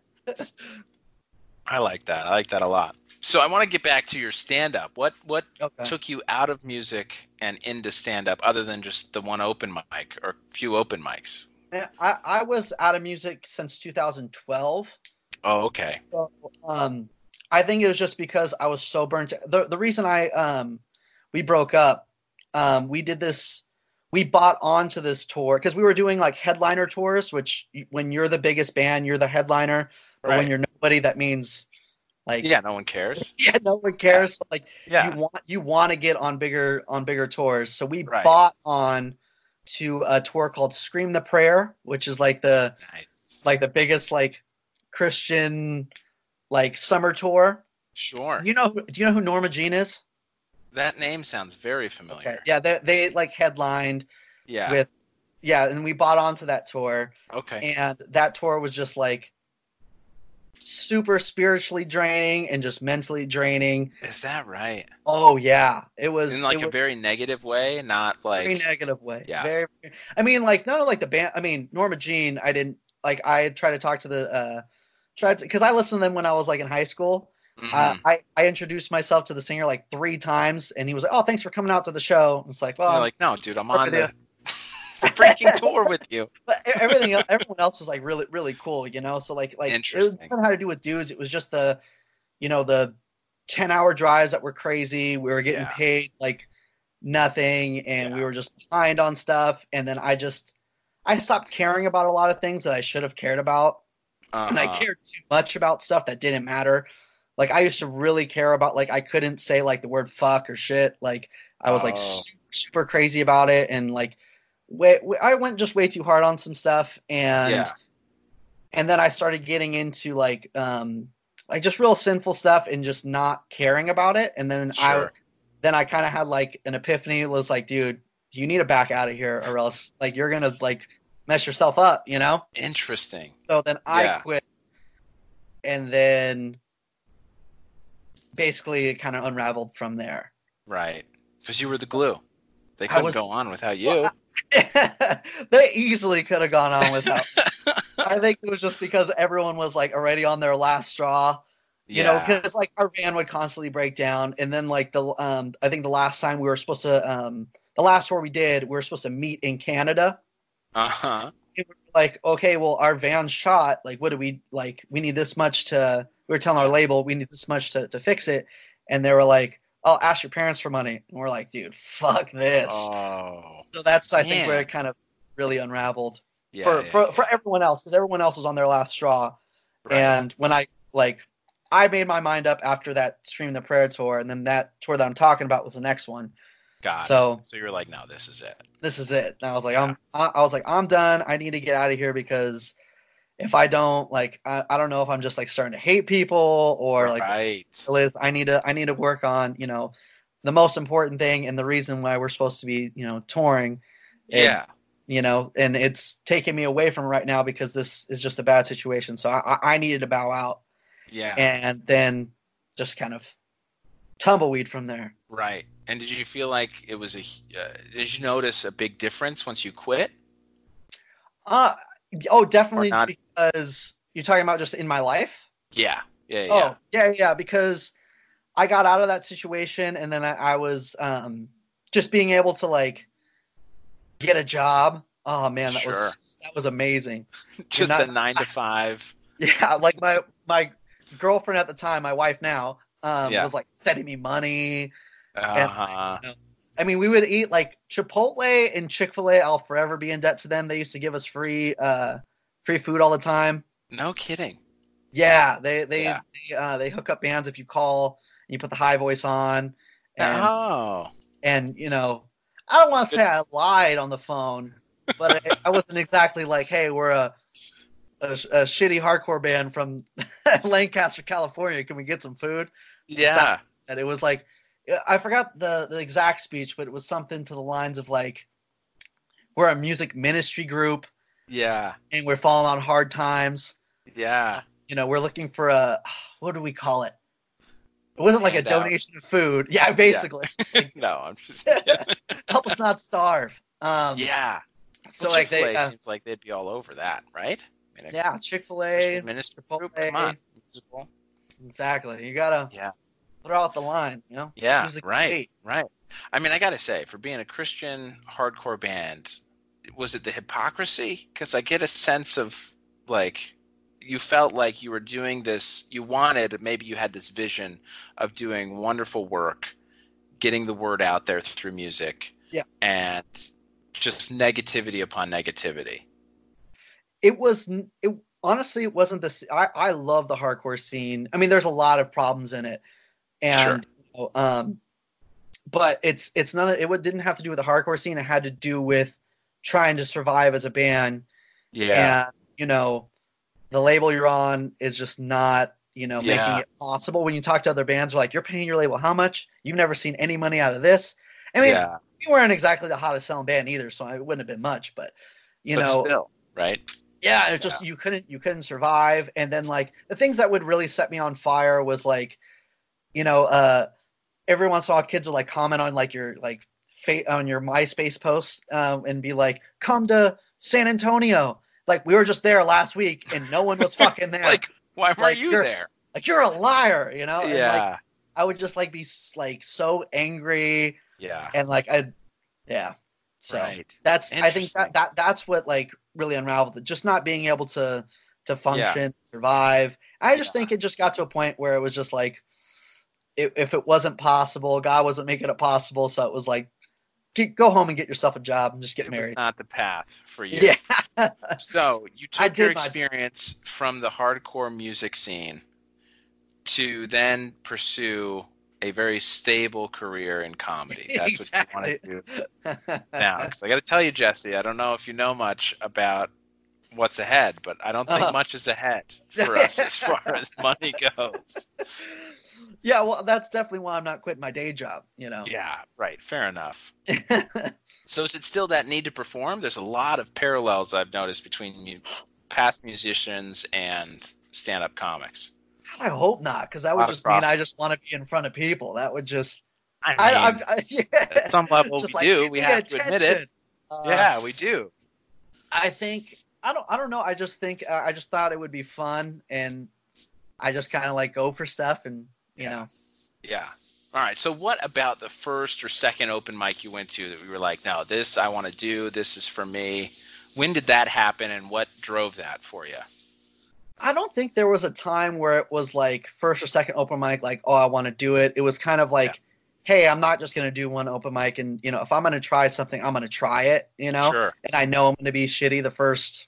Speaker 2: I like that. I like that a lot. So I want to get back to your stand up. What what
Speaker 3: Okay.
Speaker 2: took you out of music and into stand up other than just the one open mic or few open mics?
Speaker 3: Yeah, I, I was out of music since 2012.
Speaker 2: Oh, okay.
Speaker 3: So, um, I think it was just because I was so burnt. The the reason I um we broke up, um, we did this, we bought onto this tour because we were doing like headliner tours, which y- when you're the biggest band, you're the headliner, but when
Speaker 2: Right.
Speaker 3: you're nobody, that means like
Speaker 2: Yeah, no one cares.
Speaker 3: [laughs] yeah, no one cares. So, like
Speaker 2: Yeah.
Speaker 3: you want you want to get on bigger on bigger tours. So we
Speaker 2: Right.
Speaker 3: bought on to a tour called Scream the Prayer, which is like the
Speaker 2: nice.
Speaker 3: like the biggest like Christian like summer tour.
Speaker 2: Sure.
Speaker 3: You know, do you know who Norma Jean is?
Speaker 2: that name sounds very familiar.
Speaker 3: Okay. Yeah, they they like headlined
Speaker 2: Yeah.
Speaker 3: with, yeah, and we bought onto that tour,
Speaker 2: okay.
Speaker 3: and that tour was just like super spiritually draining and just mentally draining.
Speaker 2: Is that right?
Speaker 3: Oh yeah, it was
Speaker 2: In like
Speaker 3: it
Speaker 2: a
Speaker 3: was
Speaker 2: very negative way, not
Speaker 3: a very
Speaker 2: like
Speaker 3: negative way.
Speaker 2: Yeah.
Speaker 3: Very, I mean, like not like the band. I mean, Norma Jean. I didn't like. I tried to talk to the. uh Tried because I listened to them when I was like in high school, Uh,
Speaker 2: mhm.
Speaker 3: I, I introduced myself to the singer like three times, and he was like, "Oh, thanks for coming out to the show." And It's like,
Speaker 2: You're
Speaker 3: well,
Speaker 2: like, no, dude, I'm
Speaker 3: what
Speaker 2: on
Speaker 3: to
Speaker 2: the [laughs] freaking tour with you.
Speaker 3: but e- everything, el- everyone else was like really, really cool, you know. So like, like it was
Speaker 2: Interesting.
Speaker 3: nothing how to do with dudes. It was just the, you know, the ten-hour drives that were crazy. We were getting
Speaker 2: Yeah.
Speaker 3: paid like nothing, and we
Speaker 2: Yeah.
Speaker 3: were just behind on stuff. And then I just, I stopped caring about a lot of things that I should have cared about. and I
Speaker 2: Uh-huh.
Speaker 3: cared too much about stuff that didn't matter. Like I used to really care about like I couldn't say like the word fuck or shit. Like I was like
Speaker 2: Oh.
Speaker 3: super, super crazy about it and like way, way- I went just way too hard on some stuff and
Speaker 2: Yeah.
Speaker 3: and then I started getting into like um like just real sinful stuff and just not caring about it and then I
Speaker 2: Sure.
Speaker 3: then I kind of had like an epiphany it was like dude you need to back out of here or else like you're going to like mess yourself up, you know?
Speaker 2: Interesting.
Speaker 3: So then I
Speaker 2: Yeah.
Speaker 3: quit, and then basically it kind of unraveled from there. [laughs]
Speaker 2: Right. Because you were the glue. They
Speaker 3: I
Speaker 2: couldn't
Speaker 3: was-
Speaker 2: go on without you.
Speaker 3: Well, they easily could have gone on without. me.
Speaker 2: [laughs]
Speaker 3: I think it was just because everyone was like already on their last straw, you know,
Speaker 2: yeah.
Speaker 3: because like our van would constantly break down, and then like the um, I think the last time we were supposed to um, the last tour we did, we were supposed to meet in Canada.
Speaker 2: Uh huh.
Speaker 3: like, okay, well, our van shot. Like, what do we like? We need this much to. We were telling our label we need this much to to fix it, and they were like, "I'll ask your parents for money." And we're like, "Dude, fuck this."
Speaker 2: Oh.
Speaker 3: so that's I think where
Speaker 2: man.
Speaker 3: it kind of really unraveled
Speaker 2: Yeah.
Speaker 3: for,
Speaker 2: yeah,
Speaker 3: for
Speaker 2: yeah.
Speaker 3: for everyone else because everyone else was on their last straw.
Speaker 2: Right.
Speaker 3: And when I like, I made my mind up after that stream the prayer tour, and then that tour that I'm talking about was the next one.
Speaker 2: Got it.
Speaker 3: so
Speaker 2: So you're like, no, this is it.
Speaker 3: this is it. And I was like, I'm, I, I was like, I'm done. I need to get out of here because if I don't, like, I, I don't know if I'm just like starting to hate people or like,
Speaker 2: right.
Speaker 3: Liz, I need to, I need to work on, you know, the most important thing and the reason why we're supposed to be, you know, touring. And,
Speaker 2: yeah.
Speaker 3: You know, and it's taking me away from right now because this is just a bad situation. So I, I- I needed to bow out
Speaker 2: Yeah.
Speaker 3: and then just kind of tumbleweed from there.
Speaker 2: right. And did you feel like it was a? hu- Uh, did you notice a big difference once you quit?
Speaker 3: Uh, oh, definitely
Speaker 2: not-
Speaker 3: because you're talking about just in my life.
Speaker 2: Yeah. Yeah. Yeah.
Speaker 3: Oh, yeah, yeah, because I got out of that situation and then I, I was um, just being able to like get a job. Oh man, that
Speaker 2: Sure.
Speaker 3: was that was amazing. [laughs]
Speaker 2: Just
Speaker 3: not-
Speaker 2: a nine to five.
Speaker 3: Yeah, like my my girlfriend at the time, my wife now, um,
Speaker 2: Yeah.
Speaker 3: was like sending me money.
Speaker 2: Uh,
Speaker 3: I mean, we would eat like Chipotle and Chick Fil A. I'll forever be in debt to them. They used to give us free uh, free food all the time.
Speaker 2: no kidding.
Speaker 3: Yeah, they they
Speaker 2: Yeah.
Speaker 3: they, uh, they hook up bands if you call and you put the high voice on, and
Speaker 2: Oh,
Speaker 3: and you know, I don't want to say I lied on the phone, but I, I wasn't exactly like, hey, we're a a, a shitty hardcore band from [laughs] Lancaster, California. Can we get some food?
Speaker 2: yeah.
Speaker 3: And it was like, I forgot the the exact speech, but it was something to the lines of like, we're a music ministry group
Speaker 2: Yeah.
Speaker 3: and we're falling on hard times.
Speaker 2: Yeah. [laughs]
Speaker 3: you know, we're looking for a [sighs] what do we call it? It wasn't like a
Speaker 2: Handout.
Speaker 3: donation of food. Yeah, basically.
Speaker 2: No, I'm
Speaker 3: [laughs]
Speaker 2: just [laughs]
Speaker 3: Help us not starve. Um,
Speaker 2: yeah.
Speaker 3: So
Speaker 2: Well,
Speaker 3: like
Speaker 2: Chick-fil-A
Speaker 3: they, uh,
Speaker 2: seems like they'd be all over that, right? I mean, a
Speaker 3: yeah, Chick Fil
Speaker 2: Christian
Speaker 3: A,
Speaker 2: minister group.
Speaker 3: Chipotle.
Speaker 2: Come on. Musical.
Speaker 3: exactly. You gotta
Speaker 2: Yeah.
Speaker 3: throw out the line. You know,
Speaker 2: Yeah.
Speaker 3: Music
Speaker 2: right.
Speaker 3: Gate.
Speaker 2: Right. I mean, I gotta say, for being a Christian hardcore band, was it the hypocrisy? Because I get a sense of like you felt like you were doing this. You wanted maybe you had this vision of doing wonderful work, getting the word out there through music.
Speaker 3: Yeah.
Speaker 2: And just negativity upon negativity.
Speaker 3: it was. n- It honestly, it wasn't the. sc- I I love the hardcore scene. I mean, there's a lot of problems in it, and you know, um, but it's it's none. Of, it wa- didn't have to do with the hardcore scene. It had to do with trying to survive as a band
Speaker 2: Yeah.
Speaker 3: and you know the label you're on is just not you know
Speaker 2: Yeah.
Speaker 3: making it possible when you talk to other bands they're like you're paying your label how much you've never seen any money out of this i mean
Speaker 2: yeah.
Speaker 3: we weren't exactly the hottest selling band either so it wouldn't have been much but you
Speaker 2: but
Speaker 3: know
Speaker 2: still, right?
Speaker 3: yeah it's just you couldn't you couldn't survive and then like the things that would really set me on fire was like you know uh every once in a while kids would like comment on like your like fa- on your myspace post um, and be like come to san antonio like we were just there last week and no
Speaker 2: [laughs]
Speaker 3: one was fucking there
Speaker 2: Like, why were
Speaker 3: like,
Speaker 2: you
Speaker 3: you're-
Speaker 2: there?
Speaker 3: like you're a liar you know and like
Speaker 2: yeah.
Speaker 3: i would just like be s- like so angry
Speaker 2: yeah.
Speaker 3: and like i yeah so
Speaker 2: right.
Speaker 3: that's I think
Speaker 2: Interesting.
Speaker 3: that, that that's what like really unraveled it. Just not being able to to function, survive. I just
Speaker 2: Yeah.
Speaker 3: think it just got to a point where it was just like i- if it wasn't possible, God wasn't making it possible, so it was like get, go home and get yourself a job and just get
Speaker 2: It was
Speaker 3: married. [laughs]
Speaker 2: not the path for you.
Speaker 3: yeah.
Speaker 2: [laughs] So you
Speaker 3: I
Speaker 2: took your
Speaker 3: did my-
Speaker 2: experience from the hardcore music scene to then pursue a very stable career in
Speaker 3: [laughs]
Speaker 2: comedy. That's what you want to do now. Because I got to tell you, Jesse, I don't know if you know much about what's ahead, but I don't think
Speaker 3: Uh-huh.
Speaker 2: much is ahead
Speaker 3: [laughs]
Speaker 2: for us as far as money goes.
Speaker 3: yeah, well that's definitely why I'm not quitting my day job, you know.
Speaker 2: Yeah, right. Fair
Speaker 3: [laughs]
Speaker 2: enough. So is it still that need to perform? There's a lot of parallels I've noticed between mu- past musicians and stand-up comics.
Speaker 3: I hope not, because that
Speaker 2: Lot
Speaker 3: would
Speaker 2: of
Speaker 3: just mean I
Speaker 2: process.
Speaker 3: just want to be in front of people. That would just
Speaker 2: I
Speaker 3: I,
Speaker 2: mean,
Speaker 3: I, [laughs] I yeah.
Speaker 2: at some level we
Speaker 3: [laughs] Just like,
Speaker 2: do
Speaker 3: "Give
Speaker 2: we
Speaker 3: me
Speaker 2: have to admit it
Speaker 3: attention." Uh,
Speaker 2: yeah we do
Speaker 3: I think I don't. I don't know. I just think uh, I just thought it would be fun, and I just kind of like go for stuff, and you
Speaker 2: Yeah.
Speaker 3: know,
Speaker 2: yeah all right so what about the first or second open mic you went to that we were like no this i want to do this is for me when did that happen and what drove that for you
Speaker 3: I don't think there was a time where it was like first or second open mic, like oh, I want to do it. It was kind of like, hey, I'm not just gonna do one open mic, and you know, if I'm gonna try something, I'm gonna try it, you know,
Speaker 2: sure
Speaker 3: and I know I'm gonna be shitty the first,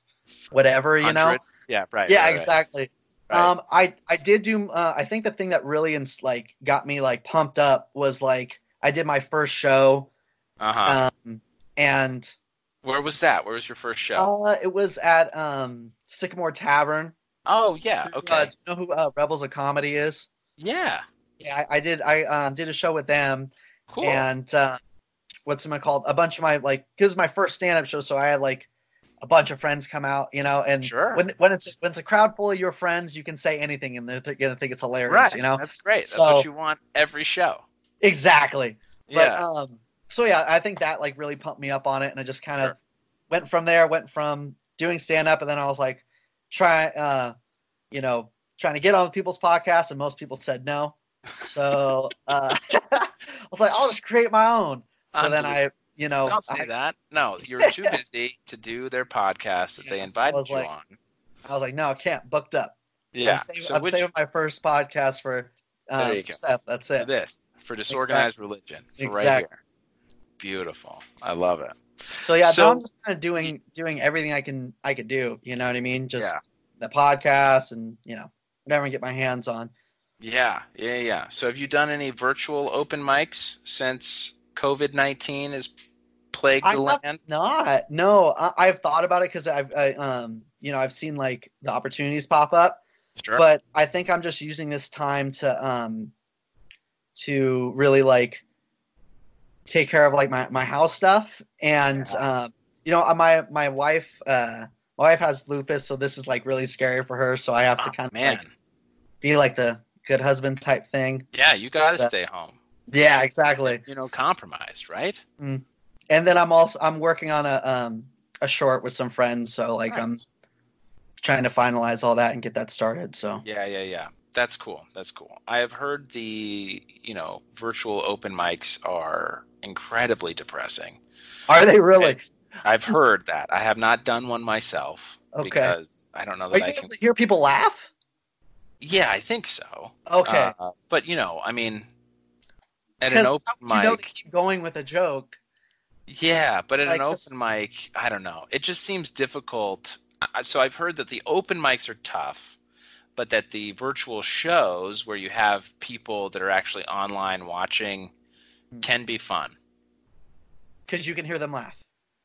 Speaker 3: whatever, you know,
Speaker 2: 100? yeah right
Speaker 3: yeah,
Speaker 2: right, right,
Speaker 3: exactly.
Speaker 2: right.
Speaker 3: Um, I I did do. Uh, I think the thing that really ins- like got me like pumped up was like I did my first show,
Speaker 2: uh-huh
Speaker 3: um, and
Speaker 2: where was that where was your first show
Speaker 3: uh, it was at um, Sycamore Tavern.
Speaker 2: oh yeah okay
Speaker 3: Uh, do you know who uh, Rebels of Comedy is?
Speaker 2: yeah
Speaker 3: Yeah, I, I did. I um, did a show with them,
Speaker 2: cool
Speaker 3: and uh, what's it called? A bunch of my like, cause it was my first stand up show, so I had like a bunch of friends come out, you know. And
Speaker 2: Sure.
Speaker 3: when when it's when it's a crowd full of your friends, you can say anything, and they're th- gonna think it's hilarious,
Speaker 2: right
Speaker 3: you know.
Speaker 2: that's great that's
Speaker 3: So-
Speaker 2: what you want every show
Speaker 3: Exactly.
Speaker 2: yeah
Speaker 3: But, um, so yeah, I think that like really pumped me up on it, and I just kind of
Speaker 2: Sure.
Speaker 3: went from there. Went from doing stand up, and then I was like, try, uh, you know, trying to get on people's podcasts, and most people said [laughs] no. So uh, I was like, I'll just create my own. So then I, you know,
Speaker 2: Don't say
Speaker 3: I,
Speaker 2: that. No, you're
Speaker 3: [laughs]
Speaker 2: too busy to do their podcast that they
Speaker 3: Yeah, I
Speaker 2: invited
Speaker 3: was
Speaker 2: you
Speaker 3: like-
Speaker 2: on.
Speaker 3: I was like, no, I can't. Booked up.
Speaker 2: Yeah.
Speaker 3: I'm saving,
Speaker 2: so
Speaker 3: I'm
Speaker 2: would
Speaker 3: saving my first podcast for um,
Speaker 2: There you go.
Speaker 3: Seth. That's
Speaker 2: you do
Speaker 3: it.
Speaker 2: this for disorganized religion for right
Speaker 3: Exactly.
Speaker 2: here. Beautiful. I love it.
Speaker 3: So yeah,
Speaker 2: So-
Speaker 3: so, I'm just kind of doing doing everything I can I could do. You know what I mean? Just
Speaker 2: Yeah.
Speaker 3: the podcast and you know whatever I can get my hands on.
Speaker 2: Yeah, yeah, yeah. So have you done any virtual open mics since COVID nineteen has plagued
Speaker 3: I
Speaker 2: the
Speaker 3: have
Speaker 2: land?
Speaker 3: Not no, I, I've thought about it because I've I, um you know I've seen like the opportunities pop up,
Speaker 2: Sure.
Speaker 3: but I think I'm just using this time to um to really like take care of like my my house stuff and um you know my my wife uh my wife has lupus so this is like really scary for her so I have to
Speaker 2: Ah,
Speaker 3: kind of
Speaker 2: man.
Speaker 3: like be like the good husband type thing.
Speaker 2: yeah, you gotta
Speaker 3: that-
Speaker 2: stay home.
Speaker 3: Yeah, exactly.
Speaker 2: You know, compromised, right?
Speaker 3: And then I'm also I'm working on a um a short with some friends, so like um, I'm trying to finalize all that and get that started. So
Speaker 2: Yeah, yeah, yeah. That's cool. That's cool. I have heard the you know, virtual open mics are incredibly depressing.
Speaker 3: are they really?
Speaker 2: I've heard that. I have not done one myself
Speaker 3: Hmm. Okay.
Speaker 2: because I don't know
Speaker 3: Are
Speaker 2: that
Speaker 3: you
Speaker 2: I
Speaker 3: able
Speaker 2: can.
Speaker 3: to hear people laugh?
Speaker 2: Yeah, I think so.
Speaker 3: Okay.
Speaker 2: Uh, but you know, I mean, at
Speaker 3: Because
Speaker 2: an
Speaker 3: how
Speaker 2: open
Speaker 3: would you know to
Speaker 2: mic,
Speaker 3: keep going with a joke.
Speaker 2: yeah, but at
Speaker 3: like
Speaker 2: an open
Speaker 3: this-
Speaker 2: mic, I don't know. It just seems difficult. I- So I've heard that the open mics are tough, but that the virtual shows where you have people that are actually online watching
Speaker 3: Hmm.
Speaker 2: can be fun.
Speaker 3: Because you can hear them laugh.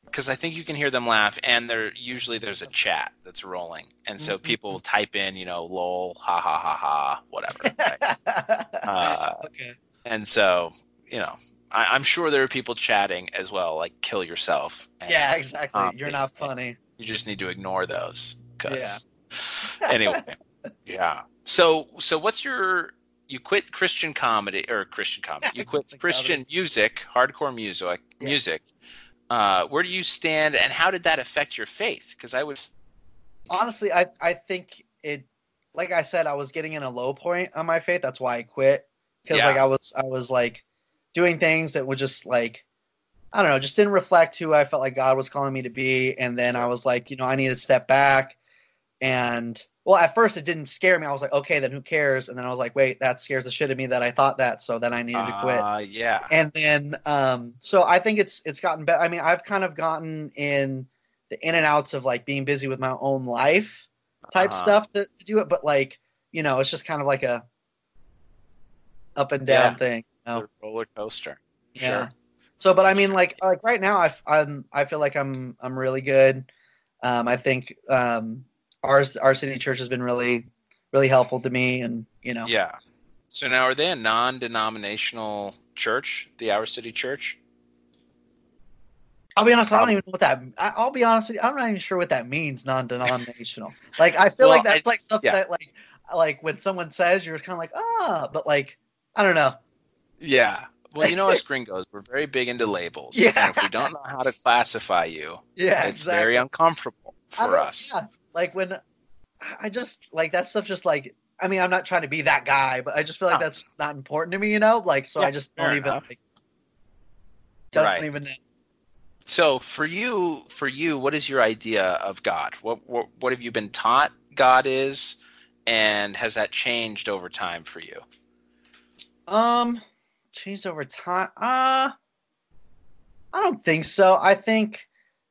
Speaker 2: because I think you can hear them laugh, and there usually there's a chat that's rolling, and so
Speaker 3: Mhm.
Speaker 2: people will type in, you know, lol, ha ha ha ha, whatever. right?
Speaker 3: [laughs]
Speaker 2: Uh,
Speaker 3: okay.
Speaker 2: and so, you know, I, I'm sure there are people chatting as well, like kill yourself. And
Speaker 3: Yeah, exactly. You're
Speaker 2: um,
Speaker 3: not funny.
Speaker 2: You just need to ignore those. 'cause- [laughs] anyway, yeah. So, so what's your? You quit Christian comedy or Christian comedy?
Speaker 3: [laughs]
Speaker 2: You quit
Speaker 3: Christian
Speaker 2: Christian
Speaker 3: comedy.
Speaker 2: music, hardcore music,
Speaker 3: Yeah.
Speaker 2: music. Uh, where do you stand, and how did that affect your faith? Because I would
Speaker 3: honestly i i think it like i said i was getting in a low point on my faith that's why i quit because
Speaker 2: Yeah.
Speaker 3: like i was i was like doing things that were just like i don't know just didn't reflect who i felt like god was calling me to be and then i was like you know i need to step back and well at first it didn't scare me i was like okay then who cares and then i was like wait that scares the shit out of me that i thought that so then i needed to quit
Speaker 2: Uh, yeah.
Speaker 3: and then um so i think it's it's gotten better i mean i've kind of gotten in the in and outs of like being busy with my own life type
Speaker 2: Uh-huh.
Speaker 3: stuff to, to do it but like you know it's just kind of like a up and down
Speaker 2: Yeah.
Speaker 3: thing you know?
Speaker 2: The roller coaster.
Speaker 3: Yeah.
Speaker 2: Sure.
Speaker 3: So, but I mean, like, like right now, I, I'm, I feel like I'm, I'm really good. Um, I think um, our, our city church has been really, really helpful to me, and you know,
Speaker 2: Yeah. So now, are they a non-denominational church, the Our City Church?
Speaker 3: I'll be honest. I don't
Speaker 2: Probably.
Speaker 3: even know what that. I, I'll be honest with you. I'm not even sure what that means. Non-denominational.
Speaker 2: [laughs]
Speaker 3: like I feel
Speaker 2: Well,
Speaker 3: like that's like stuff
Speaker 2: yeah.
Speaker 3: that like like when someone says you're kind of like ah, but like I don't know.
Speaker 2: Yeah. Well, you know, us gringos, we're very big into labels.
Speaker 3: [laughs] Yeah.
Speaker 2: And if we don't know how to classify you, [laughs]
Speaker 3: Yeah,
Speaker 2: it's very uncomfortable
Speaker 3: I
Speaker 2: for
Speaker 3: don't-
Speaker 2: us.
Speaker 3: yeah. Like when I- I just like that stuff. Just like I mean, I'm not trying to be that guy, but I just feel like
Speaker 2: No.
Speaker 3: that's not important to me. You know, like so
Speaker 2: Yeah,
Speaker 3: I just
Speaker 2: fair
Speaker 3: don't even
Speaker 2: enough.
Speaker 3: like, don't
Speaker 2: Right.
Speaker 3: even know.
Speaker 2: So, for you, for you, what is your idea of God? What, what what have you been taught God is, and has that changed over time for you?
Speaker 3: Um, changed over time. Uh, I don't think so. I think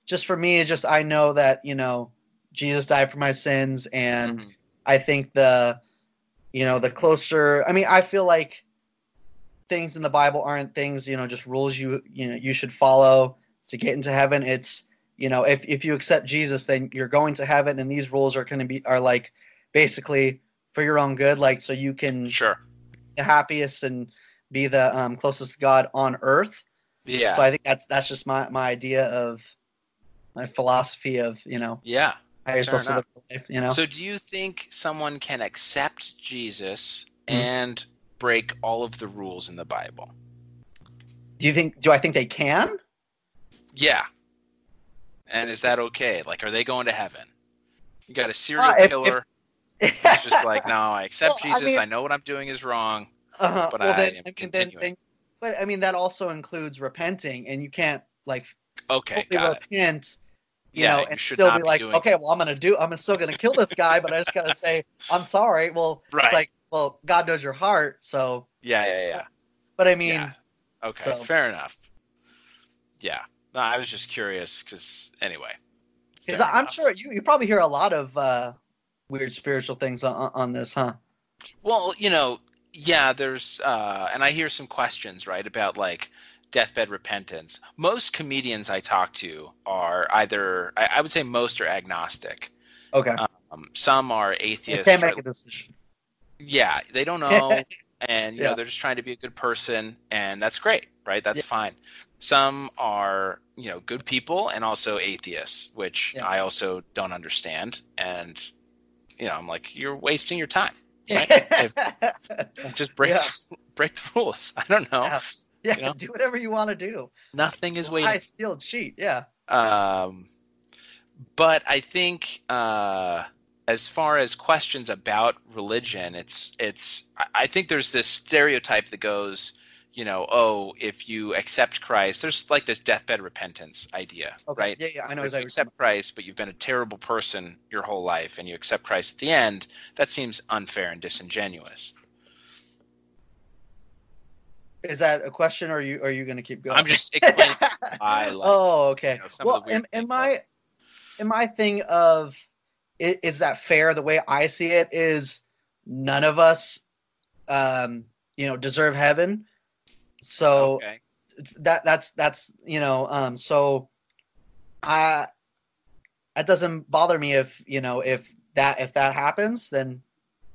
Speaker 3: just for me, it just I know that you know Jesus died for my sins, and
Speaker 2: Mhm.
Speaker 3: I think the you know the closer. I mean, I feel like things in the Bible aren't things you know just rules you you know you should follow to get into heaven. It's you know if if you accept Jesus, then you're going to heaven, and these rules are going to be are like basically for your own good, like so you can
Speaker 2: sure.
Speaker 3: the happiest and be the um, closest to God on earth.
Speaker 2: Yeah.
Speaker 3: So I think that's that's just my my idea of my philosophy of you know
Speaker 2: yeah.
Speaker 3: how you're
Speaker 2: Fair
Speaker 3: supposed to live your life. You know,
Speaker 2: So, do you think someone can accept Jesus
Speaker 3: Hmm.
Speaker 2: and break all of the rules in the Bible?
Speaker 3: do you think? Do I think they can?
Speaker 2: Yeah. And is that okay? Like, are they going to heaven? You got a serial
Speaker 3: Uh, if- if- [laughs]
Speaker 2: killer who's just like, no, I accept
Speaker 3: Well, I
Speaker 2: Jesus. I,
Speaker 3: mean-
Speaker 2: know what I'm doing is wrong.
Speaker 3: [laughs] Uh-huh.
Speaker 2: but I am
Speaker 3: mean,
Speaker 2: continuing.
Speaker 3: but I mean, that also includes repenting, and you can't like
Speaker 2: Okay,
Speaker 3: fully
Speaker 2: got it.
Speaker 3: repent, you
Speaker 2: Yeah,
Speaker 3: know,
Speaker 2: you
Speaker 3: and
Speaker 2: should
Speaker 3: still
Speaker 2: not
Speaker 3: be
Speaker 2: be
Speaker 3: like,
Speaker 2: doing
Speaker 3: okay, well, I'm gonna do, I'm still gonna kill this guy, but I just gotta say, I'm sorry. Well,
Speaker 2: Right.
Speaker 3: it's like, well, God knows your heart, so.
Speaker 2: Yeah, yeah, yeah.
Speaker 3: But I mean,
Speaker 2: yeah. Okay,
Speaker 3: so-
Speaker 2: fair enough. Yeah. No, I was just curious because anyway.
Speaker 3: because
Speaker 2: fair
Speaker 3: I'm
Speaker 2: enough.
Speaker 3: sure you, you probably hear a lot of uh, weird spiritual things on, on this, huh?
Speaker 2: Well, you know, yeah, there's uh and I hear some questions, right, about like deathbed repentance. Most comedians I talk to are either I, I would say most are agnostic.
Speaker 3: Okay,
Speaker 2: Um, some are
Speaker 3: you
Speaker 2: atheists.
Speaker 3: can't
Speaker 2: or-
Speaker 3: make a decision.
Speaker 2: yeah, they
Speaker 3: [laughs]
Speaker 2: don't know and you
Speaker 3: Yeah.
Speaker 2: know they're just trying to be a good person and that's great, right? That's
Speaker 3: Yeah.
Speaker 2: fine. Some are, you know, good people and also atheists, which
Speaker 3: Yeah.
Speaker 2: I also don't understand and you know, I'm like you're wasting your
Speaker 3: [laughs]
Speaker 2: time. [laughs] Right? just break break the [laughs] rules. I don't know.
Speaker 3: Yeah. yeah,
Speaker 2: You know?
Speaker 3: do whatever you want to do.
Speaker 2: Nothing is
Speaker 3: I
Speaker 2: waiting.
Speaker 3: still cheat. Yeah,
Speaker 2: Um, but I think uh, as far as questions about religion, it's it's. I- I think there's this stereotype that goes, you know, oh, if you accept Christ, there's like this deathbed repentance idea,
Speaker 3: okay.
Speaker 2: right?
Speaker 3: Yeah, yeah, I know
Speaker 2: If you
Speaker 3: exactly. what you're
Speaker 2: accept Christ, but you've been a terrible person your whole life, and you accept Christ at the end, that seems unfair and disingenuous.
Speaker 3: talking about. Is that a question, or are you are you going to keep going?
Speaker 2: I'm
Speaker 3: [laughs]
Speaker 2: just explaining why, like,
Speaker 3: oh, okay.
Speaker 2: you know, some of
Speaker 3: well,
Speaker 2: the weird
Speaker 3: in, in
Speaker 2: things
Speaker 3: my in my thing of is, is that fair? The way I see it is, none of us, um, you know, deserve heaven. So
Speaker 2: okay.
Speaker 3: that that's that's you know um so i that doesn't bother me if you know if that if that happens then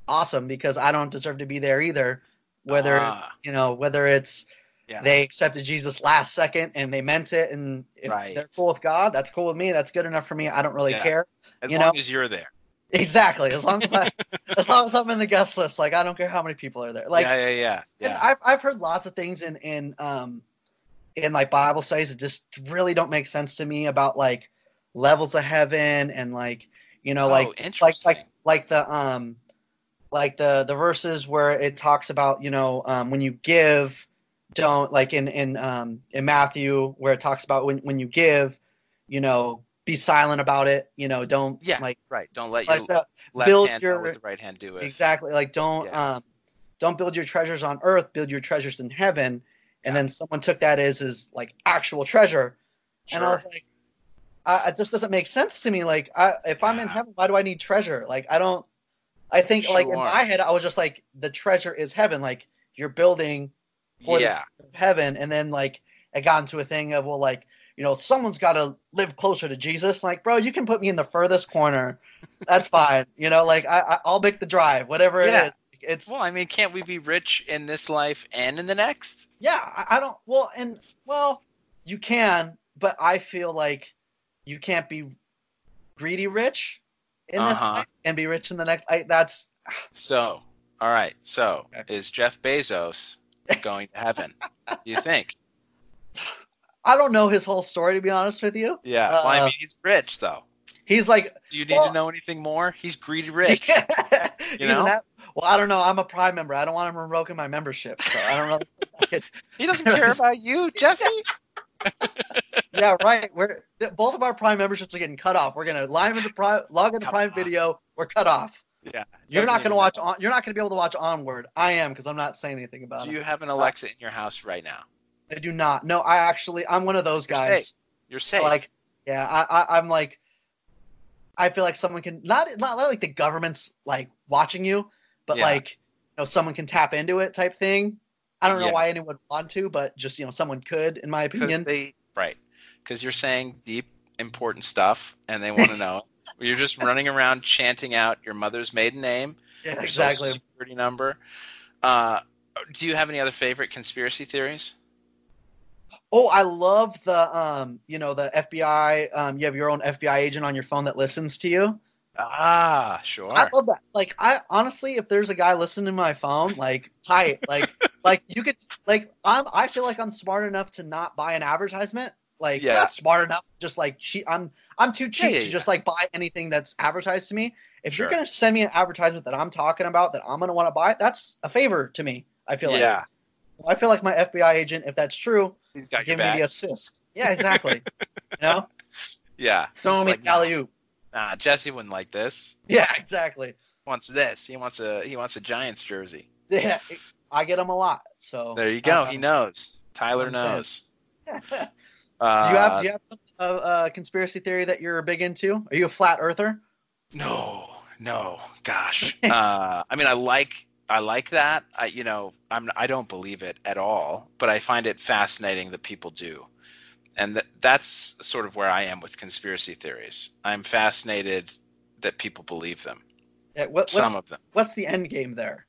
Speaker 3: awesome because i don't deserve to be there either whether
Speaker 2: Ah,
Speaker 3: you know whether it's
Speaker 2: yeah.
Speaker 3: they accepted jesus last second and they meant it and if
Speaker 2: Right.
Speaker 3: they're cool with god that's cool with me that's good enough for me i don't really
Speaker 2: Yeah.
Speaker 3: care [laughs]
Speaker 2: as
Speaker 3: you
Speaker 2: long
Speaker 3: know-
Speaker 2: as you're there.
Speaker 3: exactly as long
Speaker 2: [laughs]
Speaker 3: as i as long as i'm in the guest list like i don't care how many people are there like
Speaker 2: yeah, yeah, yeah,
Speaker 3: and
Speaker 2: yeah.
Speaker 3: I've I've heard lots of things in in um in like Bible studies that just really don't make sense to me about like levels of heaven and like you know like like
Speaker 2: Oh, interesting.
Speaker 3: like like the um like the the verses where it talks about you know um when you give don't like in in um in Matthew where it talks about when when you give you know be silent about it you know don't
Speaker 2: Yeah,
Speaker 3: like
Speaker 2: right. Don't let your
Speaker 3: like that
Speaker 2: left
Speaker 3: build
Speaker 2: hand know
Speaker 3: your-
Speaker 2: what the right hand do is.
Speaker 3: exactly like don't
Speaker 2: Yeah.
Speaker 3: um don't build your treasures on earth build your treasures in heaven and then someone took that as is like actual treasure
Speaker 2: Sure.
Speaker 3: and i was like I, it just doesn't make sense to me like I, if i'm in
Speaker 2: Yeah.
Speaker 3: heaven why do i need treasure like i don't i think like in
Speaker 2: Sure.
Speaker 3: my head i was just like the treasure is heaven like you're building for the-
Speaker 2: yeah,
Speaker 3: heaven and then like it got into a thing of well like you know someone's got to live closer to jesus like bro you can put me in the furthest corner
Speaker 2: [laughs]
Speaker 3: that's fine you know like I, I i'll make the drive whatever
Speaker 2: Yeah.
Speaker 3: it is it's
Speaker 2: well, I mean, can't we be rich in this life and in the next?
Speaker 3: yeah I, I don't well and well you can but i feel like you can't be greedy rich in this
Speaker 2: Uh-huh.
Speaker 3: life and be rich in the next I, that's
Speaker 2: So, all right. So,
Speaker 3: Okay.
Speaker 2: is Jeff
Speaker 3: [laughs]
Speaker 2: Bezos going to heaven? you think?
Speaker 3: i don't know his whole story to be honest with you
Speaker 2: Yeah. well, I
Speaker 3: Uh,
Speaker 2: mean, he's rich, though.
Speaker 3: he's like
Speaker 2: Do you need
Speaker 3: well-
Speaker 2: to know anything more? He's greedy
Speaker 3: [laughs]
Speaker 2: rich.
Speaker 3: Yeah.
Speaker 2: you
Speaker 3: He's an
Speaker 2: know?
Speaker 3: app- well, I don't know. I'm a Prime member. I don't want him revoking my membership. So
Speaker 2: [laughs]
Speaker 3: I don't know.
Speaker 2: He doesn't care about you, Jesse.
Speaker 3: yeah, right. We're th- both of our Prime memberships are getting cut off. We're gonna live in the Prime, log into
Speaker 2: Come
Speaker 3: Prime
Speaker 2: on.
Speaker 3: Video. We're cut off.
Speaker 2: Yeah.
Speaker 3: You're
Speaker 2: Doesn't
Speaker 3: not
Speaker 2: even
Speaker 3: gonna watch. On, you're not gonna be able to watch Onward. I am because I'm not saying anything
Speaker 2: know.
Speaker 3: about
Speaker 2: Do
Speaker 3: it.
Speaker 2: you have an Alexa in your house right now?
Speaker 3: I do not. No, I actually. I'm one of those
Speaker 2: You're
Speaker 3: guys.
Speaker 2: You're safe.
Speaker 3: Like, yeah, I, I, I'm like. I feel like someone can not not like the government's like watching you, but
Speaker 2: Yeah.
Speaker 3: like you know someone can tap into it type thing. I don't know
Speaker 2: Yeah.
Speaker 3: why anyone would want to, but just you know someone could, in my
Speaker 2: 'Cause
Speaker 3: opinion.
Speaker 2: they- right because you're saying deep important stuff and they [laughs] want to know you're just running around chanting out your mother's maiden name
Speaker 3: Yeah,
Speaker 2: your
Speaker 3: exactly.
Speaker 2: social security number uh, do you have any other favorite conspiracy theories
Speaker 3: Oh, I love the um, you know, the FBI. Um, you have your own FBI agent on your phone that listens to you.
Speaker 2: ah sure
Speaker 3: I love that. Like, I honestly, if there's a guy listening to my phone, like, tight,
Speaker 2: [laughs]
Speaker 3: like, like you could, like, I'm. I feel like I'm smart enough to not buy an advertisement. Like,
Speaker 2: Yeah.
Speaker 3: not smart enough. Just like cheap. I'm. I'm too cheap
Speaker 2: yeah,
Speaker 3: to
Speaker 2: yeah.
Speaker 3: just like buy anything that's advertised to me. If
Speaker 2: Sure.
Speaker 3: you're gonna send me an advertisement that I'm talking about that I'm gonna want to buy, that's a favor to me. I feel like.
Speaker 2: yeah
Speaker 3: I feel like my FBI agent, if that's true,
Speaker 2: he's got
Speaker 3: is
Speaker 2: your
Speaker 3: giving me
Speaker 2: back
Speaker 3: the assist.
Speaker 2: [laughs]
Speaker 3: Yeah, exactly. you know,
Speaker 2: Yeah.
Speaker 3: so
Speaker 2: It's
Speaker 3: many
Speaker 2: like,
Speaker 3: alley oop.
Speaker 2: Nah, Jesse wouldn't like this.
Speaker 3: Yeah, exactly. [laughs]
Speaker 2: He wants this. He wants a he wants a Giants jersey.
Speaker 3: Yeah, I get them a lot. So
Speaker 2: There you go.
Speaker 3: Uh,
Speaker 2: he knows. Tyler
Speaker 3: I'm saying.
Speaker 2: knows. [laughs]
Speaker 3: do
Speaker 2: Uh,
Speaker 3: you have do you have some uh, uh, conspiracy theory that you're big into? Are you a flat earther?
Speaker 2: No, no,
Speaker 3: [laughs]
Speaker 2: gosh. uh, I mean, I like I like that. I you know I'm I don't believe it at all, but I find it fascinating that people do, and th- that's sort of where I am with conspiracy theories. I'm fascinated that people believe them.
Speaker 3: Yeah, what,
Speaker 2: Some
Speaker 3: what's
Speaker 2: of them
Speaker 3: what's the end game there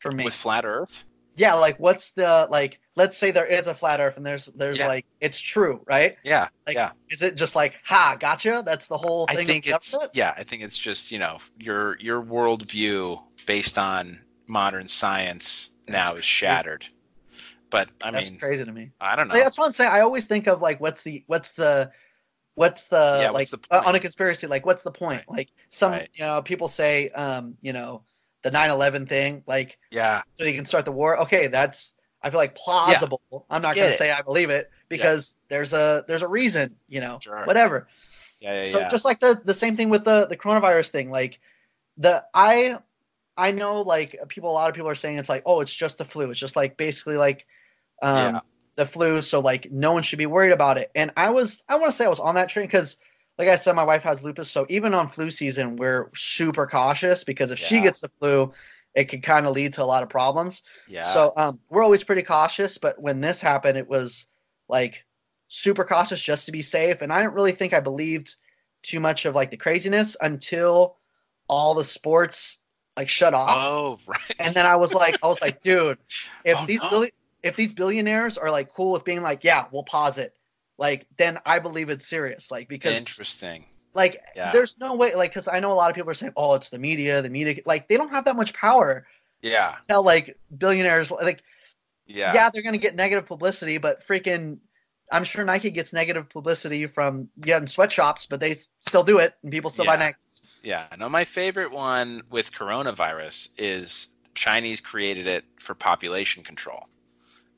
Speaker 3: for me?
Speaker 2: with flat Earth.
Speaker 3: yeah, like what's the like? Let's say there is a flat Earth and there's there's
Speaker 2: Yeah.
Speaker 3: like it's true, right?
Speaker 2: Yeah,
Speaker 3: Like,
Speaker 2: yeah.
Speaker 3: Is it just like ha, gotcha? That's the whole thing.
Speaker 2: I
Speaker 3: of
Speaker 2: think it's
Speaker 3: government?
Speaker 2: yeah. I think it's just you know your your worldview based on modern science now is shattered. But I
Speaker 3: that's
Speaker 2: mean,
Speaker 3: crazy to me.
Speaker 2: I don't know.
Speaker 3: Like, that's what I'm saying. I always think of like what's the what's the what's the
Speaker 2: Yeah,
Speaker 3: like
Speaker 2: what's the
Speaker 3: uh,
Speaker 2: point?
Speaker 3: on a conspiracy like what's the point? Like some
Speaker 2: Right.
Speaker 3: you know people say um you know the 9/11 thing like
Speaker 2: yeah.
Speaker 3: so you can start the war. Okay, that's I feel like plausible. I'm not
Speaker 2: Get
Speaker 3: going
Speaker 2: it.
Speaker 3: to say I believe it because there's a there's a reason, you know.
Speaker 2: Sure.
Speaker 3: Whatever.
Speaker 2: Yeah, yeah,
Speaker 3: so
Speaker 2: yeah.
Speaker 3: just like the the same thing with the the coronavirus thing like the i i know like people a lot of people are saying it's like oh it's just the flu it's just like basically like um
Speaker 2: Yeah.
Speaker 3: the flu so like no one should be worried about it and i was i want to say i was on that train because like i said my wife has lupus so even on flu season we're super cautious because if she
Speaker 2: Yeah.
Speaker 3: gets the flu it could kind of lead to a lot of problems
Speaker 2: yeah.
Speaker 3: so um, we're always pretty cautious, but when this happened, it was like super cautious just to be safe. And I don't really think I believed too much of like the craziness until all the sports like shut off.
Speaker 2: oh, [laughs] right.
Speaker 3: And then I was like, I was
Speaker 2: [laughs]
Speaker 3: like, dude, if
Speaker 2: Oh,
Speaker 3: these
Speaker 2: no.
Speaker 3: billi- if these billionaires are like cool with being like, yeah, we'll pause it, like then I believe it's serious, like because
Speaker 2: Interesting.
Speaker 3: like
Speaker 2: Yeah.
Speaker 3: there's no way, like because I know a lot of people are saying, oh, it's the media, the media, like they don't have that much power.
Speaker 2: Yeah.
Speaker 3: Tell like billionaires like
Speaker 2: Yeah.
Speaker 3: yeah. they're gonna get negative publicity, but freaking, I'm sure Nike gets negative publicity from yeah, in sweatshops, but they s- still do it, and people still buy
Speaker 2: Yeah.
Speaker 3: Nike.
Speaker 2: Yeah. No, my favorite one with coronavirus is Chinese created it for population control,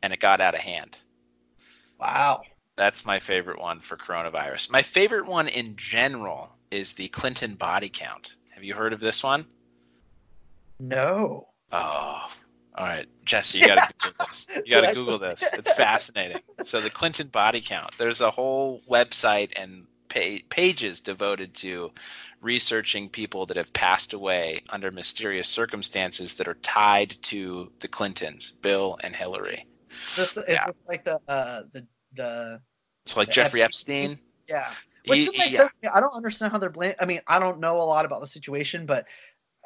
Speaker 2: and it got out of hand.
Speaker 3: Wow.
Speaker 2: That's my favorite one for coronavirus. My favorite one in general is the Clinton body count. Have you heard of this one?
Speaker 3: No.
Speaker 2: Oh, all right, Jesse, you gotta Google this. You gotta
Speaker 3: Yeah, I
Speaker 2: Google
Speaker 3: just-
Speaker 2: this. It's fascinating. So the Clinton body count. There's a whole website and pa- pages devoted to researching people that have passed away under mysterious circumstances that are tied to the Clintons, Bill and Hillary.
Speaker 3: This is
Speaker 2: Yeah.
Speaker 3: this like the uh the the
Speaker 2: So like
Speaker 3: The
Speaker 2: Jeffrey
Speaker 3: Epstein.
Speaker 2: Epstein.
Speaker 3: yeah. Which
Speaker 2: he-
Speaker 3: doesn't make
Speaker 2: yeah.
Speaker 3: sense. to me. I don't understand how they're blaming. I mean, I don't know a lot about the situation, but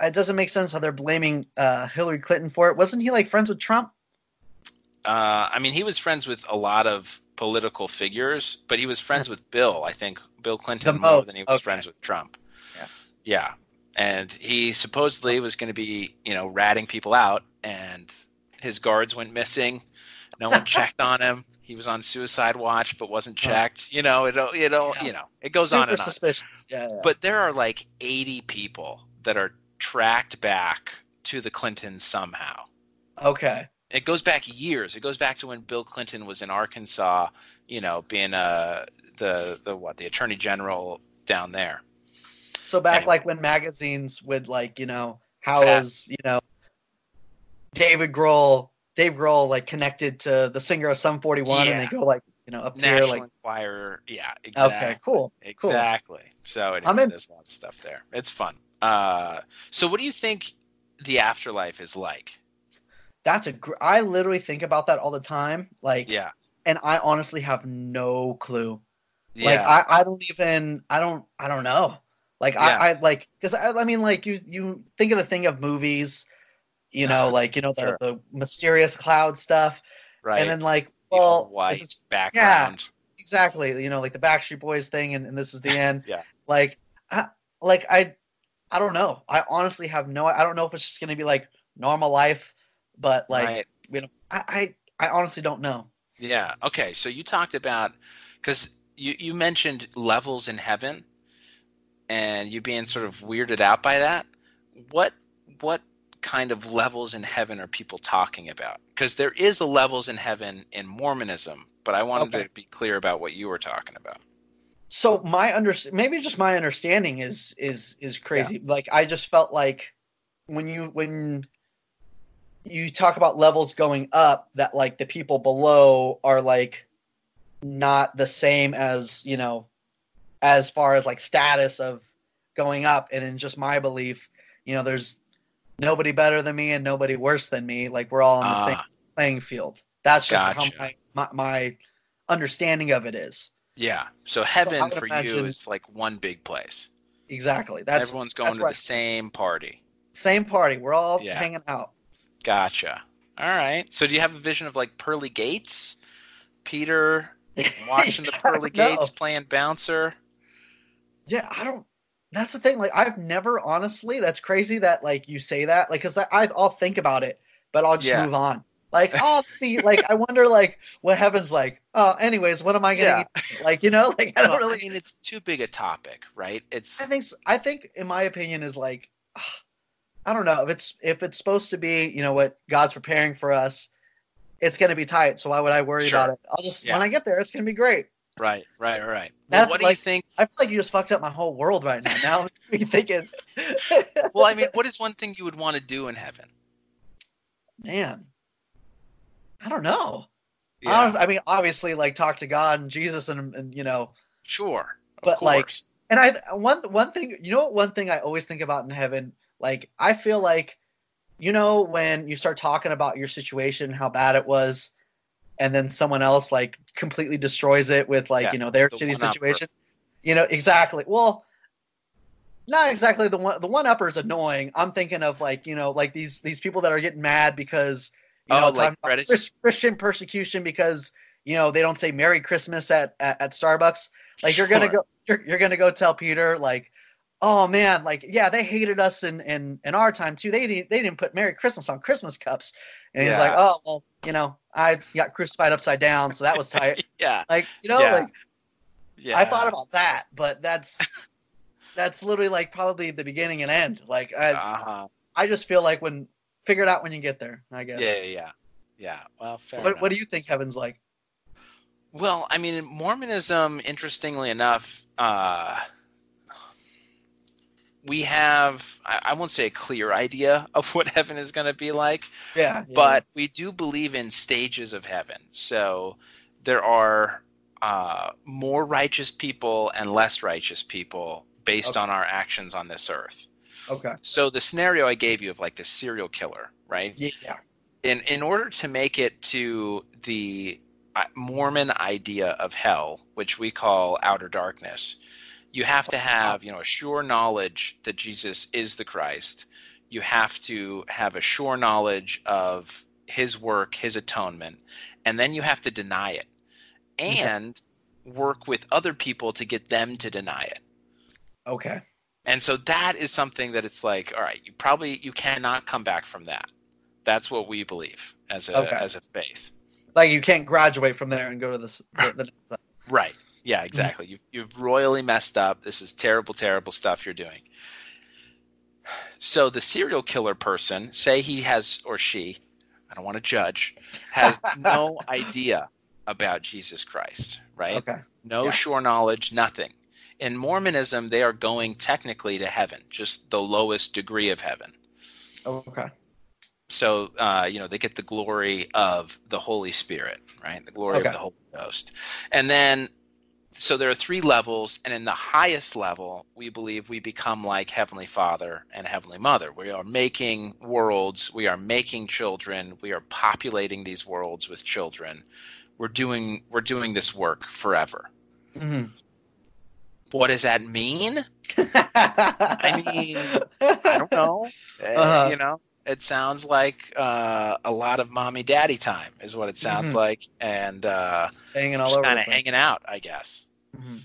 Speaker 3: it doesn't make sense how they're blaming uh Hillary Clinton for it. Wasn't he like friends with Trump?
Speaker 2: uh, I mean, he was friends with a lot of political figures, but he was friends with Bill. I think Bill Clinton
Speaker 3: The
Speaker 2: more
Speaker 3: most,
Speaker 2: than he was
Speaker 3: okay.
Speaker 2: friends with Trump.
Speaker 3: Yeah.
Speaker 2: Yeah. and he supposedly was going to be, you know, ratting people out, and his guards went missing. No
Speaker 3: [laughs]
Speaker 2: one checked on him. He was on suicide watch, but wasn't
Speaker 3: Huh.
Speaker 2: checked. You know, it all, it all,
Speaker 3: Yeah.
Speaker 2: you know, it goes on
Speaker 3: Super
Speaker 2: and on
Speaker 3: suspicious. Yeah. yeah.
Speaker 2: but there are like 80 people that are tracked back to the Clintons somehow.
Speaker 3: Okay.
Speaker 2: It goes back years. It goes back to when Bill Clinton was in Arkansas, you know, being uh, the the what the attorney general down there.
Speaker 3: So back
Speaker 2: Anyway.
Speaker 3: like when magazines would like, you know, how
Speaker 2: Fast.
Speaker 3: is, you know, David Grohl, Dave Grohl like connected to the singer of Sum 41 and
Speaker 2: Yeah.
Speaker 3: they go like, you know, up here
Speaker 2: National
Speaker 3: like
Speaker 2: Enquirer, yeah, exactly,
Speaker 3: okay, cool. cool.
Speaker 2: exactly. So anyway,
Speaker 3: I'm in-
Speaker 2: there's a lot of stuff there. It's fun. Uh, so what do you think the afterlife is like?
Speaker 3: That's a gr- I literally think about that all the time like
Speaker 2: Yeah,
Speaker 3: and I honestly have no clue. Like uh,
Speaker 2: yeah,
Speaker 3: I I don't even I don't I don't know. Like
Speaker 2: Yeah.
Speaker 3: I I like cuz I, I mean like you you think of the thing of movies, you
Speaker 2: [sighs]
Speaker 3: know, like you know the,
Speaker 2: Sure.
Speaker 3: the mysterious cloud stuff
Speaker 2: right.
Speaker 3: and then like
Speaker 2: People,
Speaker 3: well, is
Speaker 2: white
Speaker 3: this
Speaker 2: background.
Speaker 3: exactly you know like the backstreet boys thing and, and
Speaker 2: [laughs]
Speaker 3: this is the end
Speaker 2: Yeah.
Speaker 3: like I, like i i don't know i honestly have no i don't know if it's just going to be like normal life but like
Speaker 2: right.
Speaker 3: you know I, I i honestly don't know
Speaker 2: Yeah. Okay. So you talked about because you you mentioned levels in heaven, and you being sort of weirded out by that. What what kind of levels in heaven are people talking about? Because there is a levels in heaven in Mormonism, but I wanted
Speaker 3: Okay.
Speaker 2: to be clear about what you were talking about.
Speaker 3: so my under maybe just my understanding is is is crazy like i just felt like when you when you talk about levels going up that like the people below are like not the same as you know as far as like status of going up and in just my belief you know there's nobody better than me and nobody worse than me like we're all on the
Speaker 2: Ah.
Speaker 3: same playing field that's just
Speaker 2: Gotcha.
Speaker 3: how my, my my understanding of it is
Speaker 2: Yeah. So
Speaker 3: I
Speaker 2: heaven
Speaker 3: would
Speaker 2: for you
Speaker 3: imagine-
Speaker 2: is like one big place.
Speaker 3: exactly that's
Speaker 2: Everyone's going
Speaker 3: that's
Speaker 2: to
Speaker 3: right.
Speaker 2: the same party.
Speaker 3: Same party. We're all
Speaker 2: Yeah.
Speaker 3: hanging out.
Speaker 2: Gotcha. All right. So do you have a vision of like pearly gates?
Speaker 3: [laughs]
Speaker 2: Peter watching the
Speaker 3: Yeah,
Speaker 2: pearly
Speaker 3: no.
Speaker 2: gates playing bouncer.
Speaker 3: Yeah, I don't. That's the thing. Like, I've never honestly. That's crazy that like you say that. Like, cause I, I I'll think about it, but I'll just
Speaker 2: Yeah.
Speaker 3: move on.
Speaker 2: [laughs]
Speaker 3: Like, I'll see. Like, I wonder like what heaven's like. Oh, anyways, what am I gonna? eat? Like, you know, [laughs] like I don't
Speaker 2: Well,
Speaker 3: really.
Speaker 2: mean it's too big a topic, right? It's
Speaker 3: I think s- I think in my opinion is like [sighs] ah, I don't know if it's if it's supposed to be you know what God's preparing for us, it's gonna be tight. So why would I worry
Speaker 2: Sure.
Speaker 3: about it? I'll just
Speaker 2: Yeah.
Speaker 3: when I get there, it's gonna be great.
Speaker 2: right, right, right. Well,
Speaker 3: That's
Speaker 2: what do you
Speaker 3: like- [laughs]
Speaker 2: think?
Speaker 3: I feel like you just fucked up my whole world right now. Now I'm [laughs] just thinking,
Speaker 2: Well, I mean, what is one thing you would want to do in heaven?
Speaker 3: man, I don't know.
Speaker 2: Yeah,
Speaker 3: Honest- I mean, obviously, like talk to God and Jesus, and, and you know,
Speaker 2: sure. Of
Speaker 3: but, like,
Speaker 2: course.
Speaker 3: and I one one thing, you know, what one thing I always think about in heaven, like I feel like, you know, when you start talking about your situation, how bad it was, and then someone else like completely destroys it with like
Speaker 2: Yeah,
Speaker 3: you know their
Speaker 2: the
Speaker 3: shitty
Speaker 2: one-upper.
Speaker 3: situation. You know exactly. Well, not exactly the one. The one upper is annoying. I'm thinking of like you know like these these people that are getting mad because you
Speaker 2: Oh,
Speaker 3: know
Speaker 2: like
Speaker 3: talking about
Speaker 2: credit-
Speaker 3: Chris- Christian persecution because you know they don't say Merry Christmas at at, at Starbucks. Like you're gonna
Speaker 2: Sure.
Speaker 3: go you're, you're gonna go tell Peter like. Oh man, like yeah, they hated us in in, in our time too. They didn't they didn't put Merry Christmas on Christmas cups, and he's like,
Speaker 2: Yeah.
Speaker 3: oh well, you know, I got crucified upside down, so that was
Speaker 2: [laughs]
Speaker 3: tight.
Speaker 2: Yeah,
Speaker 3: like you know,
Speaker 2: Yeah.
Speaker 3: like
Speaker 2: yeah.
Speaker 3: I thought about that, but
Speaker 2: [laughs]
Speaker 3: that's that's literally like probably the beginning and end. Like I,
Speaker 2: Uh-huh.
Speaker 3: I just feel like when figure it out when you get there. I guess.
Speaker 2: Yeah, yeah, yeah. Yeah. Well, fair
Speaker 3: What,
Speaker 2: enough.
Speaker 3: what do you think heaven's like?
Speaker 2: Well, I mean, in Mormonism, interestingly enough, uh, we have, I, I won't say a clear idea [laughs] of what heaven is going to be like,
Speaker 3: Yeah, yeah.
Speaker 2: but we do believe in stages of heaven. So there are uh, more righteous people and less righteous people based
Speaker 3: Okay.
Speaker 2: on our actions on this earth.
Speaker 3: okay.
Speaker 2: So the scenario I gave you of like the serial killer, right?
Speaker 3: Yeah, yeah.
Speaker 2: in in order to make it to the uh, Mormon idea of hell, which we call outer darkness, you have to have you know a sure knowledge that Jesus is the Christ. You have to have a sure knowledge of His work, His atonement, and then you have to deny it
Speaker 3: Okay.
Speaker 2: and work with other people to get them to deny it.
Speaker 3: Okay.
Speaker 2: And so that is something that it's like, all right, you probably you cannot come back from that. That's what we believe as a
Speaker 3: Okay.
Speaker 2: as a faith.
Speaker 3: Like you can't graduate from there and go to this. The, the, the-
Speaker 2: Right. Yeah,
Speaker 3: Mm-hmm.
Speaker 2: exactly. You've you've royally messed up. This is terrible, terrible stuff you're doing. So the serial killer person, say he has or she, I don't want to judge, has
Speaker 3: [laughs]
Speaker 2: no idea about Jesus Christ, [laughs] right?
Speaker 3: okay.
Speaker 2: No
Speaker 3: Yeah.
Speaker 2: sure knowledge, nothing. In Mormonism, they are going technically to heaven, just the lowest degree of heaven.
Speaker 3: Okay.
Speaker 2: so uh, you know they get the glory of the holy spirit right the glory
Speaker 3: Okay.
Speaker 2: of the holy ghost and then so there are three levels and in the highest level we believe we become like heavenly father and heavenly mother we are making worlds we are making children we are populating these worlds with children we're doing we're doing this work forever Mm-hmm.
Speaker 3: hmm
Speaker 2: what does that mean
Speaker 3: I
Speaker 2: mean, I don't know. Uh,
Speaker 3: Uh-huh.
Speaker 2: you know, it sounds like uh, a lot of mommy daddy time is what it sounds
Speaker 3: Mhm.
Speaker 2: like, and uh,
Speaker 3: [laughs] Hanging all
Speaker 2: just
Speaker 3: over.
Speaker 2: kind
Speaker 3: the
Speaker 2: of
Speaker 3: place.
Speaker 2: hanging out, I guess.
Speaker 3: Mhm.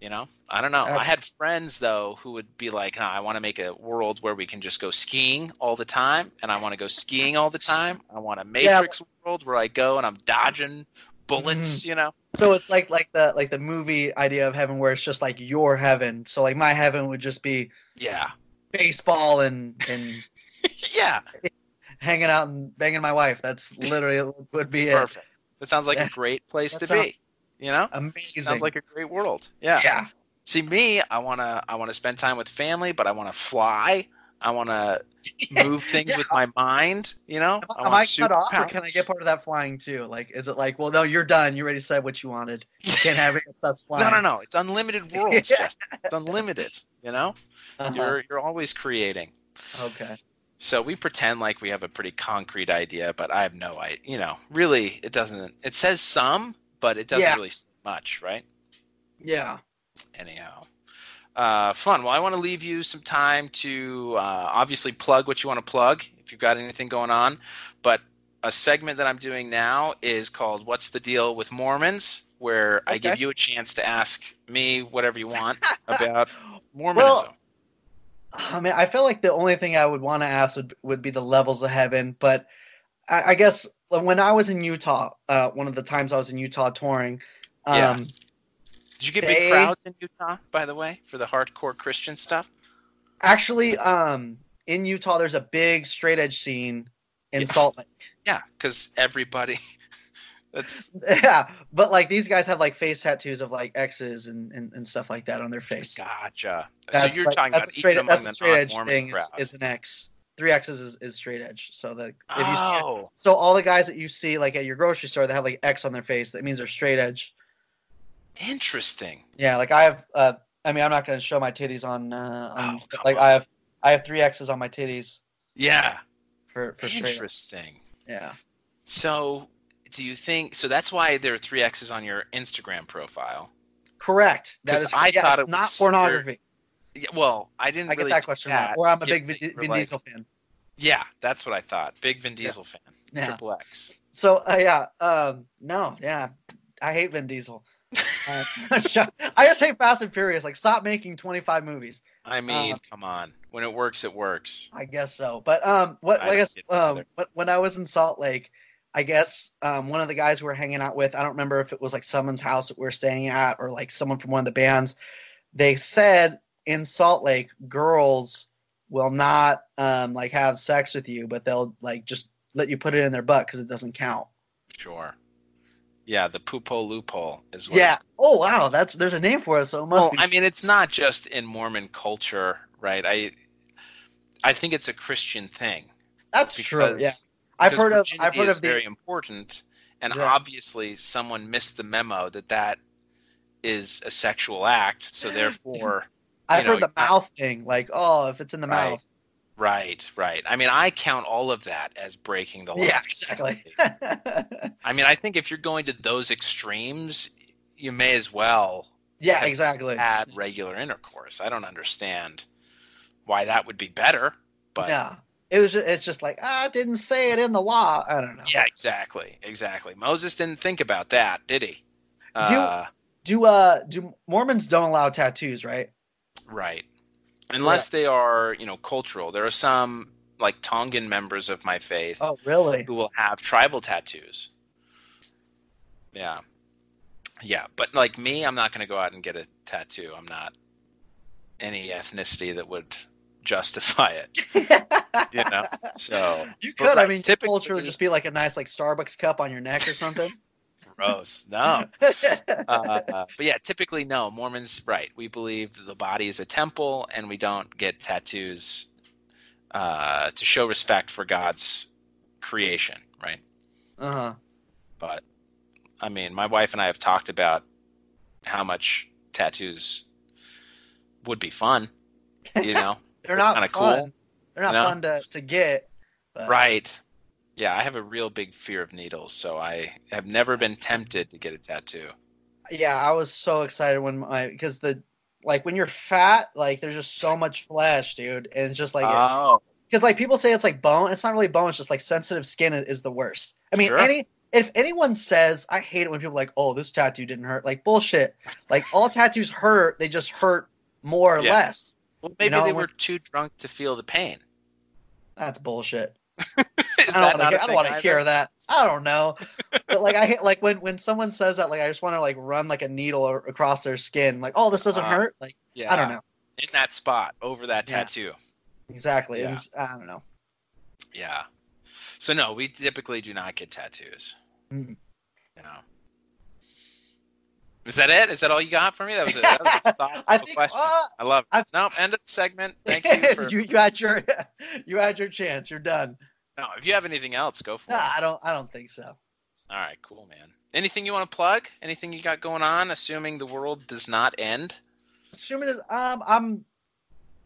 Speaker 2: You know, I don't know. I
Speaker 3: That's-
Speaker 2: had friends though who would be like, nah, "I want to make a world where we can just go skiing all the time, and I want to go skiing all the time. I want a Matrix world where I go and I'm dodging bullets."
Speaker 3: Mm-hmm.
Speaker 2: You know,
Speaker 3: So it's like like the like the movie idea of heaven where it's just like your heaven. So like my heaven would just be [laughs]
Speaker 2: yeah,
Speaker 3: baseball and and
Speaker 2: yeah,
Speaker 3: hanging out and banging my wife. That's literally would be it.
Speaker 2: perfect. That sounds like
Speaker 3: Yeah.
Speaker 2: a great place
Speaker 3: That
Speaker 2: to
Speaker 3: sounds-
Speaker 2: be. You know,
Speaker 3: Amazing.
Speaker 2: sounds like a great world.
Speaker 3: yeah.
Speaker 2: See me, I wanna I wanna spend time with family, but I wanna fly. I wanna move things
Speaker 3: [laughs] Yeah.
Speaker 2: with my mind. You know,
Speaker 3: Am, I- am
Speaker 2: want
Speaker 3: I cut off, or can I
Speaker 2: superpowers.
Speaker 3: get part of that flying too? Like, is it like, well, no, you're done. You already said what you wanted. You can't have it. if That's
Speaker 2: [laughs]
Speaker 3: flying.
Speaker 2: No, no, no. It's
Speaker 3: [laughs]
Speaker 2: unlimited worlds.
Speaker 3: Yeah.
Speaker 2: Justin. It's unlimited. You know,
Speaker 3: Uh-huh.
Speaker 2: you're you're always creating.
Speaker 3: Okay.
Speaker 2: So we pretend like we have a pretty concrete idea, but I have no idea. You know, really, it doesn't. It says some, but it doesn't
Speaker 3: Yeah.
Speaker 2: really say much, right?
Speaker 3: Yeah.
Speaker 2: Anyhow, uh, fun. Well, I want to leave you some time to uh, obviously plug what you want to plug if you've got anything going on. But a segment that I'm doing now is called "What's the Deal with Mormons," where I give
Speaker 3: Okay.
Speaker 2: you a chance to ask me whatever you
Speaker 3: [laughs]
Speaker 2: want about Mormonism.
Speaker 3: I mean, Ah, I feel like the only thing I would want to ask would, would be the levels of heaven, but I, I guess uh, when I was in Utah, uh, one of the times I was in Utah touring, um,
Speaker 2: Yeah. Did you get big
Speaker 3: They-
Speaker 2: crowds in Utah, by the way, for the hardcore Christian stuff?
Speaker 3: actually, um, in Utah, there's a big straight edge scene in
Speaker 2: Yeah.
Speaker 3: Salt Lake.
Speaker 2: Yeah, because everybody. [laughs] That's
Speaker 3: [laughs] yeah, but like these guys have like face tattoos of like X's and, and, and stuff like that on their face.
Speaker 2: gotcha.
Speaker 3: That's
Speaker 2: so you're
Speaker 3: like-
Speaker 2: talking
Speaker 3: that's
Speaker 2: about
Speaker 3: a straight,
Speaker 2: even among
Speaker 3: that's
Speaker 2: the
Speaker 3: a straight edge
Speaker 2: non-Mormon
Speaker 3: thing
Speaker 2: crowd.
Speaker 3: is, is an X. Three X's is, is straight edge. So that if you see it,
Speaker 2: oh,
Speaker 3: So all the guys that you see like at your grocery store that have like X on their face, that means they're straight edge.
Speaker 2: interesting.
Speaker 3: Yeah, like I have. Uh, I mean, I'm not going to show my titties on. Uh, on
Speaker 2: Oh, come
Speaker 3: like
Speaker 2: on.
Speaker 3: I have, I have three X's on my titties
Speaker 2: Yeah,
Speaker 3: for for straight. edge.
Speaker 2: interesting.
Speaker 3: Yeah.
Speaker 2: So, do you think? So that's why there are three X's on your Instagram profile.
Speaker 3: Correct. That
Speaker 2: 'Cause
Speaker 3: is.
Speaker 2: I
Speaker 3: yeah,
Speaker 2: thought it
Speaker 3: it's not
Speaker 2: was
Speaker 3: pornography.
Speaker 2: Yeah, well, I didn't.
Speaker 3: I get
Speaker 2: really
Speaker 3: that
Speaker 2: think
Speaker 3: question
Speaker 2: that.
Speaker 3: wrong. Or I'm a
Speaker 2: Yeah,
Speaker 3: big Vin,
Speaker 2: you were
Speaker 3: Vin
Speaker 2: like-
Speaker 3: Diesel fan.
Speaker 2: Yeah, that's what I thought. Big Vin Diesel fan.
Speaker 3: Yeah.
Speaker 2: Triple X.
Speaker 3: So uh, yeah. Um. No. Yeah. I hate
Speaker 2: [laughs]
Speaker 3: Vin Diesel. Uh, [laughs] I just hate Fast and Furious. Like, stop making 25 movies.
Speaker 2: I mean, come on. When it works, it works.
Speaker 3: I guess so. But um, what
Speaker 2: I
Speaker 3: I,
Speaker 2: don't
Speaker 3: guess
Speaker 2: get it
Speaker 3: um,
Speaker 2: either.
Speaker 3: what, when I was in Salt Lake, I guess um, one of the guys we were hanging out with, I don't remember if it was like someone's house that we were staying at or like someone from one of the bands. They said in Salt Lake, girls will not um like have sex with you, but they'll like just let you put it in their butt because it doesn't count.
Speaker 2: Sure. Yeah, the poop hole loophole is what.
Speaker 3: Yeah. Oh wow, that's there's a name for it, so it must
Speaker 2: Well,
Speaker 3: be.
Speaker 2: I mean, it's not just in Mormon culture, right? I, I think it's a Christian thing.
Speaker 3: that's true.
Speaker 2: because-
Speaker 3: Yeah, I've
Speaker 2: because
Speaker 3: heard of I've
Speaker 2: virginity
Speaker 3: heard
Speaker 2: is
Speaker 3: of the
Speaker 2: very important, and
Speaker 3: Yeah.
Speaker 2: obviously someone missed the memo that that is a sexual act. So therefore,
Speaker 3: I've
Speaker 2: you know,
Speaker 3: heard the
Speaker 2: you're not-
Speaker 3: mouth thing. Like, oh, if it's in the
Speaker 2: Right.
Speaker 3: mouth, [laughs]
Speaker 2: right, right. I mean, I count all of that as breaking the law.
Speaker 3: yeah,
Speaker 2: [laughs]
Speaker 3: exactly.
Speaker 2: I mean, I think if you're going to those extremes, you may as well
Speaker 3: Yeah,
Speaker 2: have
Speaker 3: exactly.
Speaker 2: add regular intercourse. I don't understand why that would be better, but
Speaker 3: yeah, it was. Just, it's just like I didn't say it in the law. I don't know.
Speaker 2: yeah, exactly, exactly. Moses didn't think about that, did he? Uh,
Speaker 3: Do uh do Mormons don't allow tattoos, right?
Speaker 2: right. Unless they are, you know, cultural. There are some like Tongan members of my faith
Speaker 3: [laughs] Oh, really?
Speaker 2: who will have tribal tattoos. Yeah. Yeah, but like me, I'm not going to go out and get a tattoo. I'm not any ethnicity that would justify it, you know. So
Speaker 3: you
Speaker 2: but
Speaker 3: could. I
Speaker 2: right,
Speaker 3: mean,
Speaker 2: typically-
Speaker 3: culture would just be like a nice like Starbucks cup on your neck or something. [laughs]
Speaker 2: gross. No.
Speaker 3: yeah,
Speaker 2: uh, but yeah, typically no. Mormons, right? We believe the body is a temple, and we don't get tattoos uh, to show respect for God's creation, right?
Speaker 3: uh-huh.
Speaker 2: But I mean, my wife and I have talked about how much tattoos would be fun,
Speaker 3: [laughs]
Speaker 2: you know?
Speaker 3: they're not
Speaker 2: kinda
Speaker 3: fun.
Speaker 2: cool.
Speaker 3: They're not
Speaker 2: No.
Speaker 3: fun to to get. but-
Speaker 2: right? Yeah, I have a real big fear of needles, so I have never been tempted to get a tattoo.
Speaker 3: Yeah, I was so excited when my because the like when you're fat, like there's just so much flesh, dude, and it's just like it-
Speaker 2: oh,
Speaker 3: because like people say it's like bone it's not really bone it's just like sensitive skin i- is the worst i mean
Speaker 2: Sure.
Speaker 3: any if anyone says i hate it when people are like oh this tattoo didn't hurt like bullshit like all tattoos hurt they just hurt more or
Speaker 2: Yeah.
Speaker 3: less
Speaker 2: well, maybe
Speaker 3: know,
Speaker 2: they
Speaker 3: when-
Speaker 2: were too drunk to feel the pain.
Speaker 3: that's bullshit
Speaker 2: [laughs] Is
Speaker 3: i
Speaker 2: that not a
Speaker 3: don't want to i don't
Speaker 2: thing
Speaker 3: want to
Speaker 2: either?
Speaker 3: hear that i don't know
Speaker 2: [laughs]
Speaker 3: but like i hate like when when someone says that like i just want to like run like a needle a- across their skin like oh this doesn't
Speaker 2: Uh,
Speaker 3: hurt like
Speaker 2: Yeah,
Speaker 3: i don't know
Speaker 2: in that spot over that
Speaker 3: Yeah.
Speaker 2: tattoo.
Speaker 3: exactly
Speaker 2: Yeah.
Speaker 3: it was, i don't know
Speaker 2: Yeah. So no, we typically do not get tattoos.
Speaker 3: Mm.
Speaker 2: No. Is that it? Is that all you got for me? That was a, that was
Speaker 3: [laughs]
Speaker 2: a thoughtful
Speaker 3: I think
Speaker 2: question.
Speaker 3: uh,
Speaker 2: I love it.
Speaker 3: I've-
Speaker 2: No, end of the segment.
Speaker 3: [laughs]
Speaker 2: Thank you. For,
Speaker 3: you you had your [laughs] you had your chance. You're done.
Speaker 2: no, if you have anything else, go for
Speaker 3: No,
Speaker 2: it.
Speaker 3: I don't I don't think so.
Speaker 2: All right, cool, man. Anything you want to plug? Anything you got going on? Assuming the world does not end.
Speaker 3: Assuming it- um I'm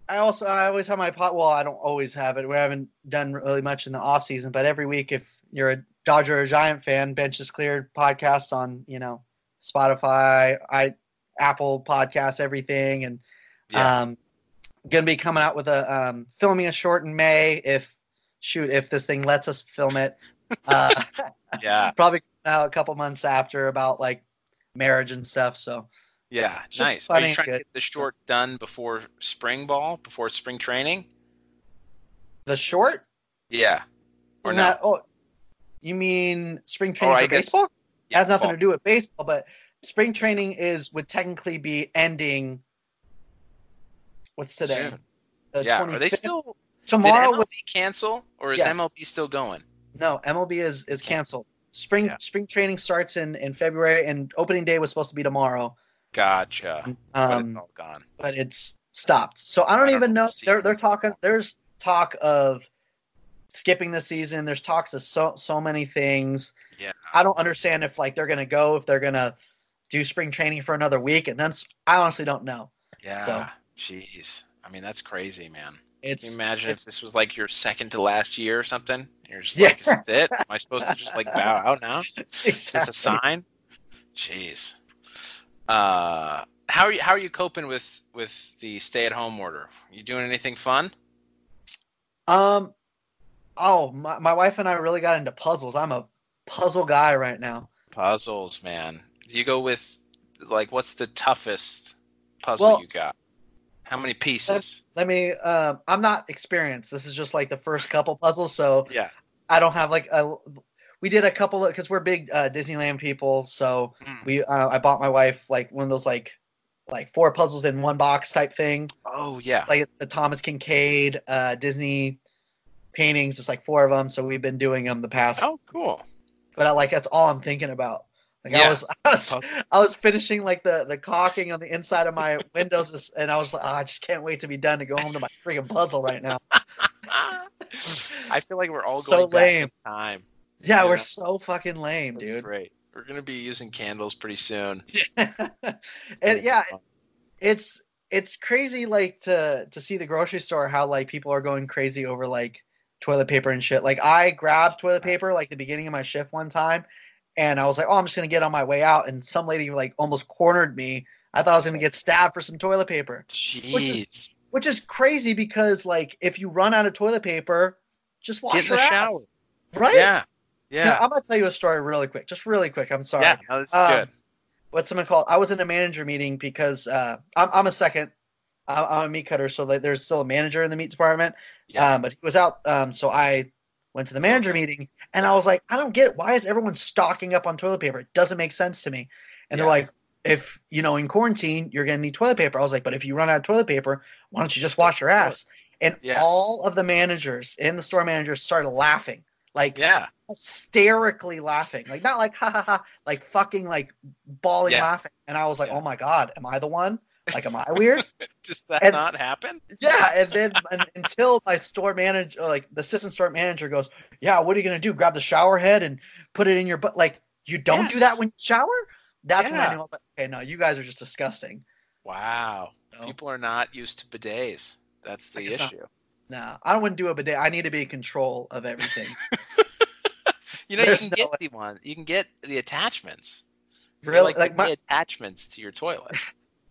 Speaker 3: I also I always have my pot well, I don't always have it. We haven't done really much in the off season, but every week if you're a Dodger or Giant fan, Bench is Cleared podcast on, you know, Spotify, I Apple Podcasts, everything and
Speaker 2: Yeah.
Speaker 3: Um, gonna be coming out with a um, filming a short in May. If shoot, if this thing lets us film it, uh, [laughs]
Speaker 2: yeah.
Speaker 3: probably come out a couple months after about like marriage and stuff. So
Speaker 2: Yeah.
Speaker 3: Just
Speaker 2: Nice. Are
Speaker 3: funny
Speaker 2: you
Speaker 3: and
Speaker 2: trying to
Speaker 3: good.
Speaker 2: get the short done before spring ball, before spring training?
Speaker 3: the short
Speaker 2: Yeah. Or
Speaker 3: is
Speaker 2: no?
Speaker 3: not. Oh, you mean spring training
Speaker 2: Or I
Speaker 3: for
Speaker 2: guess-
Speaker 3: baseball? It
Speaker 2: Yeah,
Speaker 3: has nothing
Speaker 2: fall.
Speaker 3: to do with baseball, but spring training is would technically be ending. What's today?
Speaker 2: Soon.
Speaker 3: The
Speaker 2: yeah. Are they
Speaker 3: 25th?
Speaker 2: still?
Speaker 3: tomorrow?
Speaker 2: did MLB
Speaker 3: was,
Speaker 2: cancel or is
Speaker 3: Yes.
Speaker 2: MLB still going?
Speaker 3: no, MLB is is canceled. Spring
Speaker 2: Yeah.
Speaker 3: spring training starts in in February, and opening day was supposed to be tomorrow.
Speaker 2: Gotcha. but it's
Speaker 3: um,
Speaker 2: all gone.
Speaker 3: but it's stopped. So I don't,
Speaker 2: I don't
Speaker 3: even
Speaker 2: know
Speaker 3: know.
Speaker 2: if the
Speaker 3: They're they're
Speaker 2: season's gonna
Speaker 3: talking.
Speaker 2: happen.
Speaker 3: There's talk of skipping the season. There's talks of so so many things.
Speaker 2: Yeah.
Speaker 3: I don't understand if like they're gonna go if they're gonna do spring training for another week, and then s- I honestly don't know.
Speaker 2: Yeah.
Speaker 3: So-
Speaker 2: Jeez. I mean, that's crazy, man. Can
Speaker 3: It's [laughs]
Speaker 2: you imagine if this was like your second to last year or something? You're just
Speaker 3: Yeah.
Speaker 2: like, is this it? Am I supposed to just like
Speaker 3: [laughs]
Speaker 2: bow out now? Is this a
Speaker 3: Exactly.
Speaker 2: sign? Jeez. Uh, how are you? How are you coping with with the stay at home order? You doing anything fun?
Speaker 3: Um. Oh, my, my wife and I really got into puzzles. I'm a puzzle guy right now.
Speaker 2: Puzzles, man. Do you go with like what's the toughest puzzle
Speaker 3: Well-
Speaker 2: you got? How many pieces?
Speaker 3: Let me. Um, I'm not experienced. This is just like the first couple puzzles, so
Speaker 2: Yeah.
Speaker 3: I don't have like a. We did a couple of because we're big uh, Disneyland people, so
Speaker 2: Mm.
Speaker 3: we uh, I bought my wife like one of those like like four puzzles in one box type thing,
Speaker 2: Oh yeah.
Speaker 3: like the Thomas Kincaid uh, Disney paintings. It's like four of them, so we've been doing them the past.
Speaker 2: Oh cool.
Speaker 3: But I like that's all I'm thinking about. Like
Speaker 2: Yeah.
Speaker 3: I was [laughs] I was, I was finishing like the the caulking on the inside of my windows, and I was like, "Ah, I just can't wait to be done to go home to my freaking puzzle right now.
Speaker 2: Ah. I feel like we're all
Speaker 3: So
Speaker 2: going back in
Speaker 3: lame.
Speaker 2: time.
Speaker 3: Yeah, we're
Speaker 2: Yeah.
Speaker 3: so fucking lame,
Speaker 2: That's
Speaker 3: dude.
Speaker 2: great. We're gonna be using candles pretty soon.
Speaker 3: [laughs] and yeah, it's it's crazy like to to see the grocery store how like people are going crazy over like toilet paper and shit. Like I grabbed toilet paper like the beginning of my shift one time and I was like, "Oh, I'm just going to get on my way out." And some lady like almost cornered me. I thought I was going to get stabbed for some toilet paper,
Speaker 2: Jeez.
Speaker 3: which is crazy because like if you run out of toilet paper, just wash
Speaker 2: Get in
Speaker 3: your
Speaker 2: the
Speaker 3: ass.
Speaker 2: shower.
Speaker 3: Right?
Speaker 2: Yeah.
Speaker 3: Now,
Speaker 2: Yeah.
Speaker 3: I'm going to tell you a story really quick. Just really quick. I'm sorry
Speaker 2: Yeah. No, that's
Speaker 3: Um,
Speaker 2: good.
Speaker 3: what's someone called? I was in a manager meeting because uh, I'm, I'm a second. I'm, I'm a meat cutter, so like, there's still a manager in the meat department.
Speaker 2: Yeah.
Speaker 3: Um, but he was out, um, so I went to the manager meeting, and I was like, I don't get it. Why is everyone stocking up on toilet paper? It doesn't make sense to me. And
Speaker 2: Yeah.
Speaker 3: they're like, if you know, in quarantine, you're gonna need toilet paper. I was like, but if you run out of toilet paper, why don't you just wash your ass? And
Speaker 2: Yeah.
Speaker 3: all of the managers and the store managers started laughing, like
Speaker 2: Yeah.
Speaker 3: hysterically laughing, like not like ha ha ha, like fucking like bawling
Speaker 2: Yeah.
Speaker 3: laughing. And I was like,
Speaker 2: Yeah.
Speaker 3: oh my god, am I the one? Like, am I
Speaker 2: [laughs]
Speaker 3: weird?
Speaker 2: Does that
Speaker 3: and-
Speaker 2: not happen?
Speaker 3: yeah. And then and, until my store manager, like the assistant store manager, goes, yeah, what are you gonna do? Grab the shower head and put it in your butt? Like, you don't
Speaker 2: Yes.
Speaker 3: do that when you shower? That's when
Speaker 2: Yeah.
Speaker 3: I knew. I was like, okay, no, you guys are just disgusting.
Speaker 2: Wow.
Speaker 3: No.
Speaker 2: People are not used to bidets. That's the
Speaker 3: I guess not.
Speaker 2: issue.
Speaker 3: No, I wouldn't do a bidet. I need to be in control
Speaker 2: [laughs]
Speaker 3: of everything.
Speaker 2: You know, you
Speaker 3: There's
Speaker 2: can
Speaker 3: no
Speaker 2: get
Speaker 3: way.
Speaker 2: the one. You can get the attachments. They,
Speaker 3: really,
Speaker 2: like,
Speaker 3: like my
Speaker 2: the attachments to your
Speaker 3: [laughs]
Speaker 2: toilet.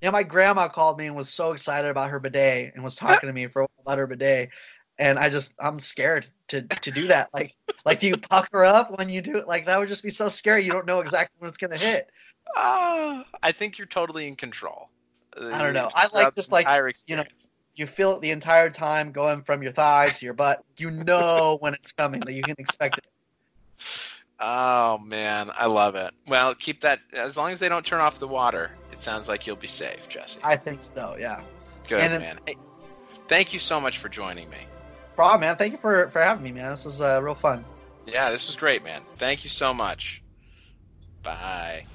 Speaker 3: Yeah, my grandma called me and was so excited about her bidet and was talking to me for a while about her bidet, and I just I'm scared to to do that. Like like do you pucker up when you do it? Like that would just be so scary. You don't know exactly when it's gonna hit.
Speaker 2: Ah, I think you're totally in control.
Speaker 3: I don't know. I like just, like, you know, You feel it the entire time going from your thigh to your butt. You know when it's coming. That you can expect it.
Speaker 2: Oh man, I love it. Well, keep that as long as they don't turn off the water. It sounds like you'll be safe, Jesse.
Speaker 3: I think so. Yeah.
Speaker 2: Good
Speaker 3: and it-
Speaker 2: man. Hey, thank you so much for joining me.
Speaker 3: Problem, man. Thank you for for having me, man. This was uh, real fun.
Speaker 2: Yeah, this was great, man. Thank you so much. Bye.